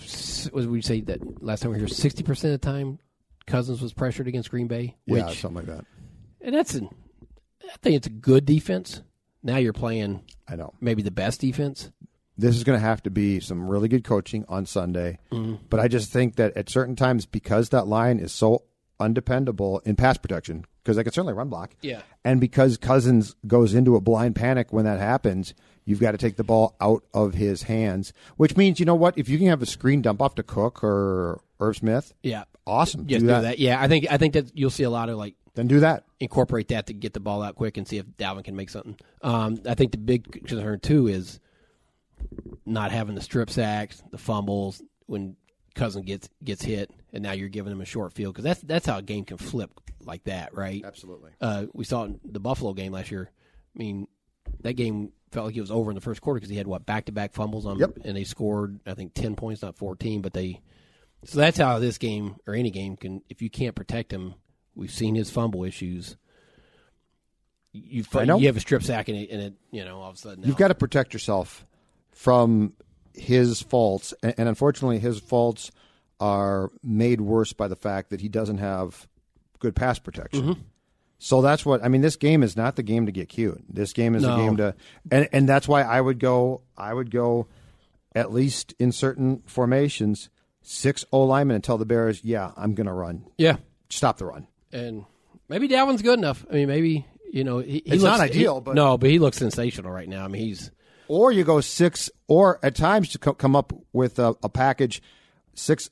[SPEAKER 2] S- Was we say that last time we were here? Sixty percent of the time, Cousins was pressured against Green Bay. Which,
[SPEAKER 1] yeah, something like that.
[SPEAKER 2] and that's an, I think it's a good defense. Now you're playing
[SPEAKER 1] I know.
[SPEAKER 2] maybe the best defense.
[SPEAKER 1] this is going to have to be some really good coaching on Sunday.
[SPEAKER 2] Mm-hmm.
[SPEAKER 1] But I just think that at certain times, because that line is so undependable in pass protection, because they can certainly run block.
[SPEAKER 2] Yeah.
[SPEAKER 1] And because Cousins goes into a blind panic when that happens, you've got to take the ball out of his hands, which means, you know what? If you can have a screen dump off to Cook or Irv Smith,
[SPEAKER 2] Yeah.
[SPEAKER 1] awesome.
[SPEAKER 2] Yes, do that. Yeah, I think I think that you'll see a lot of like
[SPEAKER 1] Then do that.
[SPEAKER 2] incorporate that to get the ball out quick and see if Dalvin can make something. Um, I think the big concern too is not having the strip sacks, the fumbles when Cousin gets gets hit, and now you're giving him a short field because that's that's how a game can flip like that, right?
[SPEAKER 1] Absolutely.
[SPEAKER 2] Uh, we saw it in the Buffalo game last year. I mean, that game felt like it was over in the first quarter because he had what back to back fumbles on,
[SPEAKER 1] Yep.
[SPEAKER 2] and they scored I think ten points, not fourteen, but they. So that's how this game or any game can. If you can't protect him, we've seen his fumble issues. You
[SPEAKER 1] I know.
[SPEAKER 2] you have a strip sack and it, and it you know all of a sudden
[SPEAKER 1] You've got to protect yourself from his faults, and, and unfortunately, his faults are made worse by the fact that he doesn't have good pass protection. So that's what I mean. This game is not the game to get cute. This game is
[SPEAKER 2] No.
[SPEAKER 1] a game to, and and that's why I would go. I would go, at least in certain formations, six O linemen and tell the Bears, "Yeah, I'm going to run.
[SPEAKER 2] yeah,
[SPEAKER 1] Stop the run."
[SPEAKER 2] and maybe Dalvin's good enough. I mean, maybe you know he, he
[SPEAKER 1] It's
[SPEAKER 2] looks-
[SPEAKER 1] not ideal,
[SPEAKER 2] he-
[SPEAKER 1] but-
[SPEAKER 2] no, but he looks sensational right now. I mean, he's
[SPEAKER 1] or you go six, or at times to co- come up with a, a package, six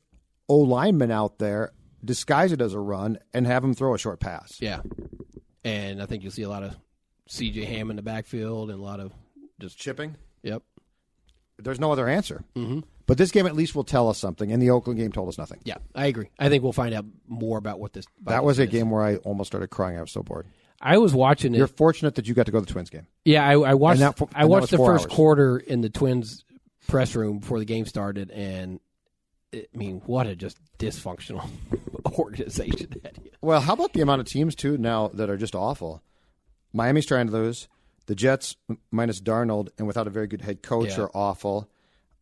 [SPEAKER 1] O linemen out there, disguise it as a run, and have them throw a short pass.
[SPEAKER 2] yeah, and I think you'll see a lot of C.J. Ham in the backfield and a lot of just
[SPEAKER 1] Chipping.
[SPEAKER 2] yep.
[SPEAKER 1] There's no other answer. Mm-hmm. But this game at least will tell us something, and the Oakland game told us nothing.
[SPEAKER 2] Yeah, I agree. I think we'll find out more about what this. about
[SPEAKER 1] That was a
[SPEAKER 2] this is.
[SPEAKER 1] game where I almost started crying. I was so bored.
[SPEAKER 2] I was watching it.
[SPEAKER 1] You're fortunate that you got to go to the Twins game.
[SPEAKER 2] Yeah, I, I watched.
[SPEAKER 1] And that fo-
[SPEAKER 2] I
[SPEAKER 1] and that
[SPEAKER 2] watched
[SPEAKER 1] was
[SPEAKER 2] the
[SPEAKER 1] four
[SPEAKER 2] first
[SPEAKER 1] hours.
[SPEAKER 2] quarter in the Twins press room before the game started, and it, I mean, what a just dysfunctional *laughs* organization that is.
[SPEAKER 1] Well, how about the amount of teams too now that are just awful? Miami's trying to lose. The Jets m- minus Darnold and without a very good head coach
[SPEAKER 2] Yeah.
[SPEAKER 1] are awful.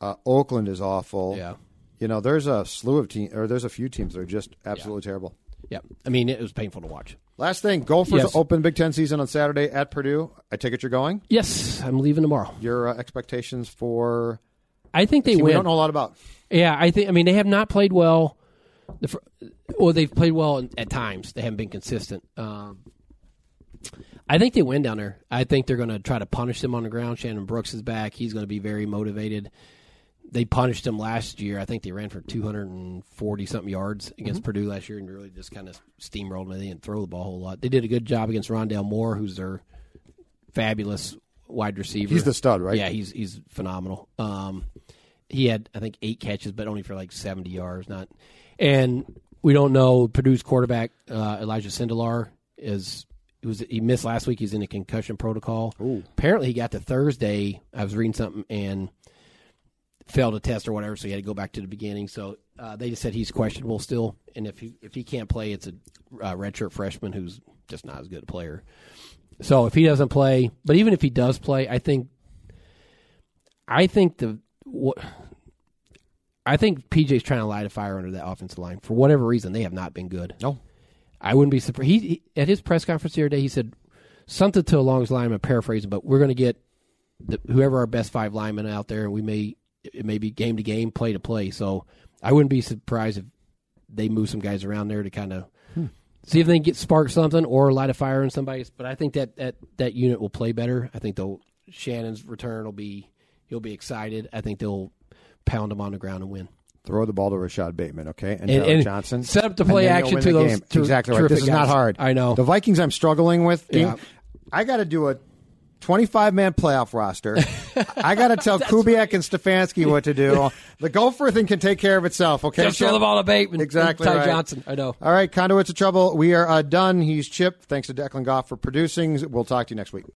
[SPEAKER 1] Uh, Oakland is awful.
[SPEAKER 2] Yeah.
[SPEAKER 1] You know, there's a slew of teams, or there's a few teams that are just absolutely terrible.
[SPEAKER 2] Yeah, I mean, it was painful to watch.
[SPEAKER 1] Last thing, Gophers
[SPEAKER 2] Yes.
[SPEAKER 1] open Big Ten season on Saturday at Purdue. I take it you're going.
[SPEAKER 2] Yes, I'm leaving tomorrow.
[SPEAKER 1] Your uh, expectations for
[SPEAKER 2] I think they
[SPEAKER 1] team we
[SPEAKER 2] win.
[SPEAKER 1] don't know a lot about.
[SPEAKER 2] Yeah, I think. I mean, they have not played well. The fir- or they've played well in- at times. They haven't been consistent. Um, I think they win down there. I think they're going to try to punish them on the ground. Shannon Brooks is back. He's going to be very motivated. They punished him last year. I think they ran for 240 something yards
[SPEAKER 1] Mm-hmm.
[SPEAKER 2] against Purdue last year and really just kind of steamrolled them. They didn't throw the ball a whole lot. They did a good job against Rondell Moore, who's their fabulous wide receiver.
[SPEAKER 1] He's the stud, right?
[SPEAKER 2] Yeah, he's he's phenomenal. Um, he had I think eight catches, but only for like seventy yards. Not, and we don't know Purdue's quarterback uh, Elijah Sindelar is he was he missed last week. He's in a concussion protocol. Apparently, he got to Thursday. I was reading something and failed a test or whatever, so he had to go back to the beginning. So uh, they just said he's questionable still, and if he if he can't play, it's a uh, redshirt freshman who's just not as good a player. So if he doesn't play, but even if he does play, I think, I think the what. I think PJ's trying to light a fire under that offensive line. For whatever reason, they have not been good.
[SPEAKER 1] No.
[SPEAKER 2] I wouldn't be surprised. He, he at his press conference the other day, he said something to along his line. I'm paraphrasing, but we're going to get the, whoever our best five linemen out there, and we may it may be game to game, play to play. So I wouldn't be surprised if they move some guys around there to kind of see if they can get spark something or light a fire in somebody's. But I think that that that unit will play better. I think they'll Shannon's return will be he'll be excited. I think they'll pound him on the ground and win.
[SPEAKER 1] Throw the ball to Rashad Bateman, okay, and,
[SPEAKER 2] And-
[SPEAKER 1] Tyler
[SPEAKER 2] and
[SPEAKER 1] Johnson.
[SPEAKER 2] set up the play
[SPEAKER 1] And then you'll
[SPEAKER 2] action
[SPEAKER 1] win
[SPEAKER 2] to
[SPEAKER 1] the
[SPEAKER 2] those
[SPEAKER 1] game.
[SPEAKER 2] ter-
[SPEAKER 1] exactly right. This
[SPEAKER 2] terrific
[SPEAKER 1] is not
[SPEAKER 2] guys.
[SPEAKER 1] hard.
[SPEAKER 2] I know.
[SPEAKER 1] the Vikings. I'm struggling with.
[SPEAKER 2] Yeah.
[SPEAKER 1] I got to do a 25 man playoff
[SPEAKER 2] *laughs*
[SPEAKER 1] roster. I got to tell Kubiak and Stefanski what to
[SPEAKER 2] *laughs*
[SPEAKER 1] do. The Gopher thing can take care of itself. Okay,
[SPEAKER 2] Just throw the ball to Bateman.
[SPEAKER 1] Exactly.
[SPEAKER 2] Ty
[SPEAKER 1] right.
[SPEAKER 2] Johnson. I know.
[SPEAKER 1] All right, conduits of trouble. We are uh, done. He's Chip. Thanks to Declan Goff for producing. We'll talk to you next week.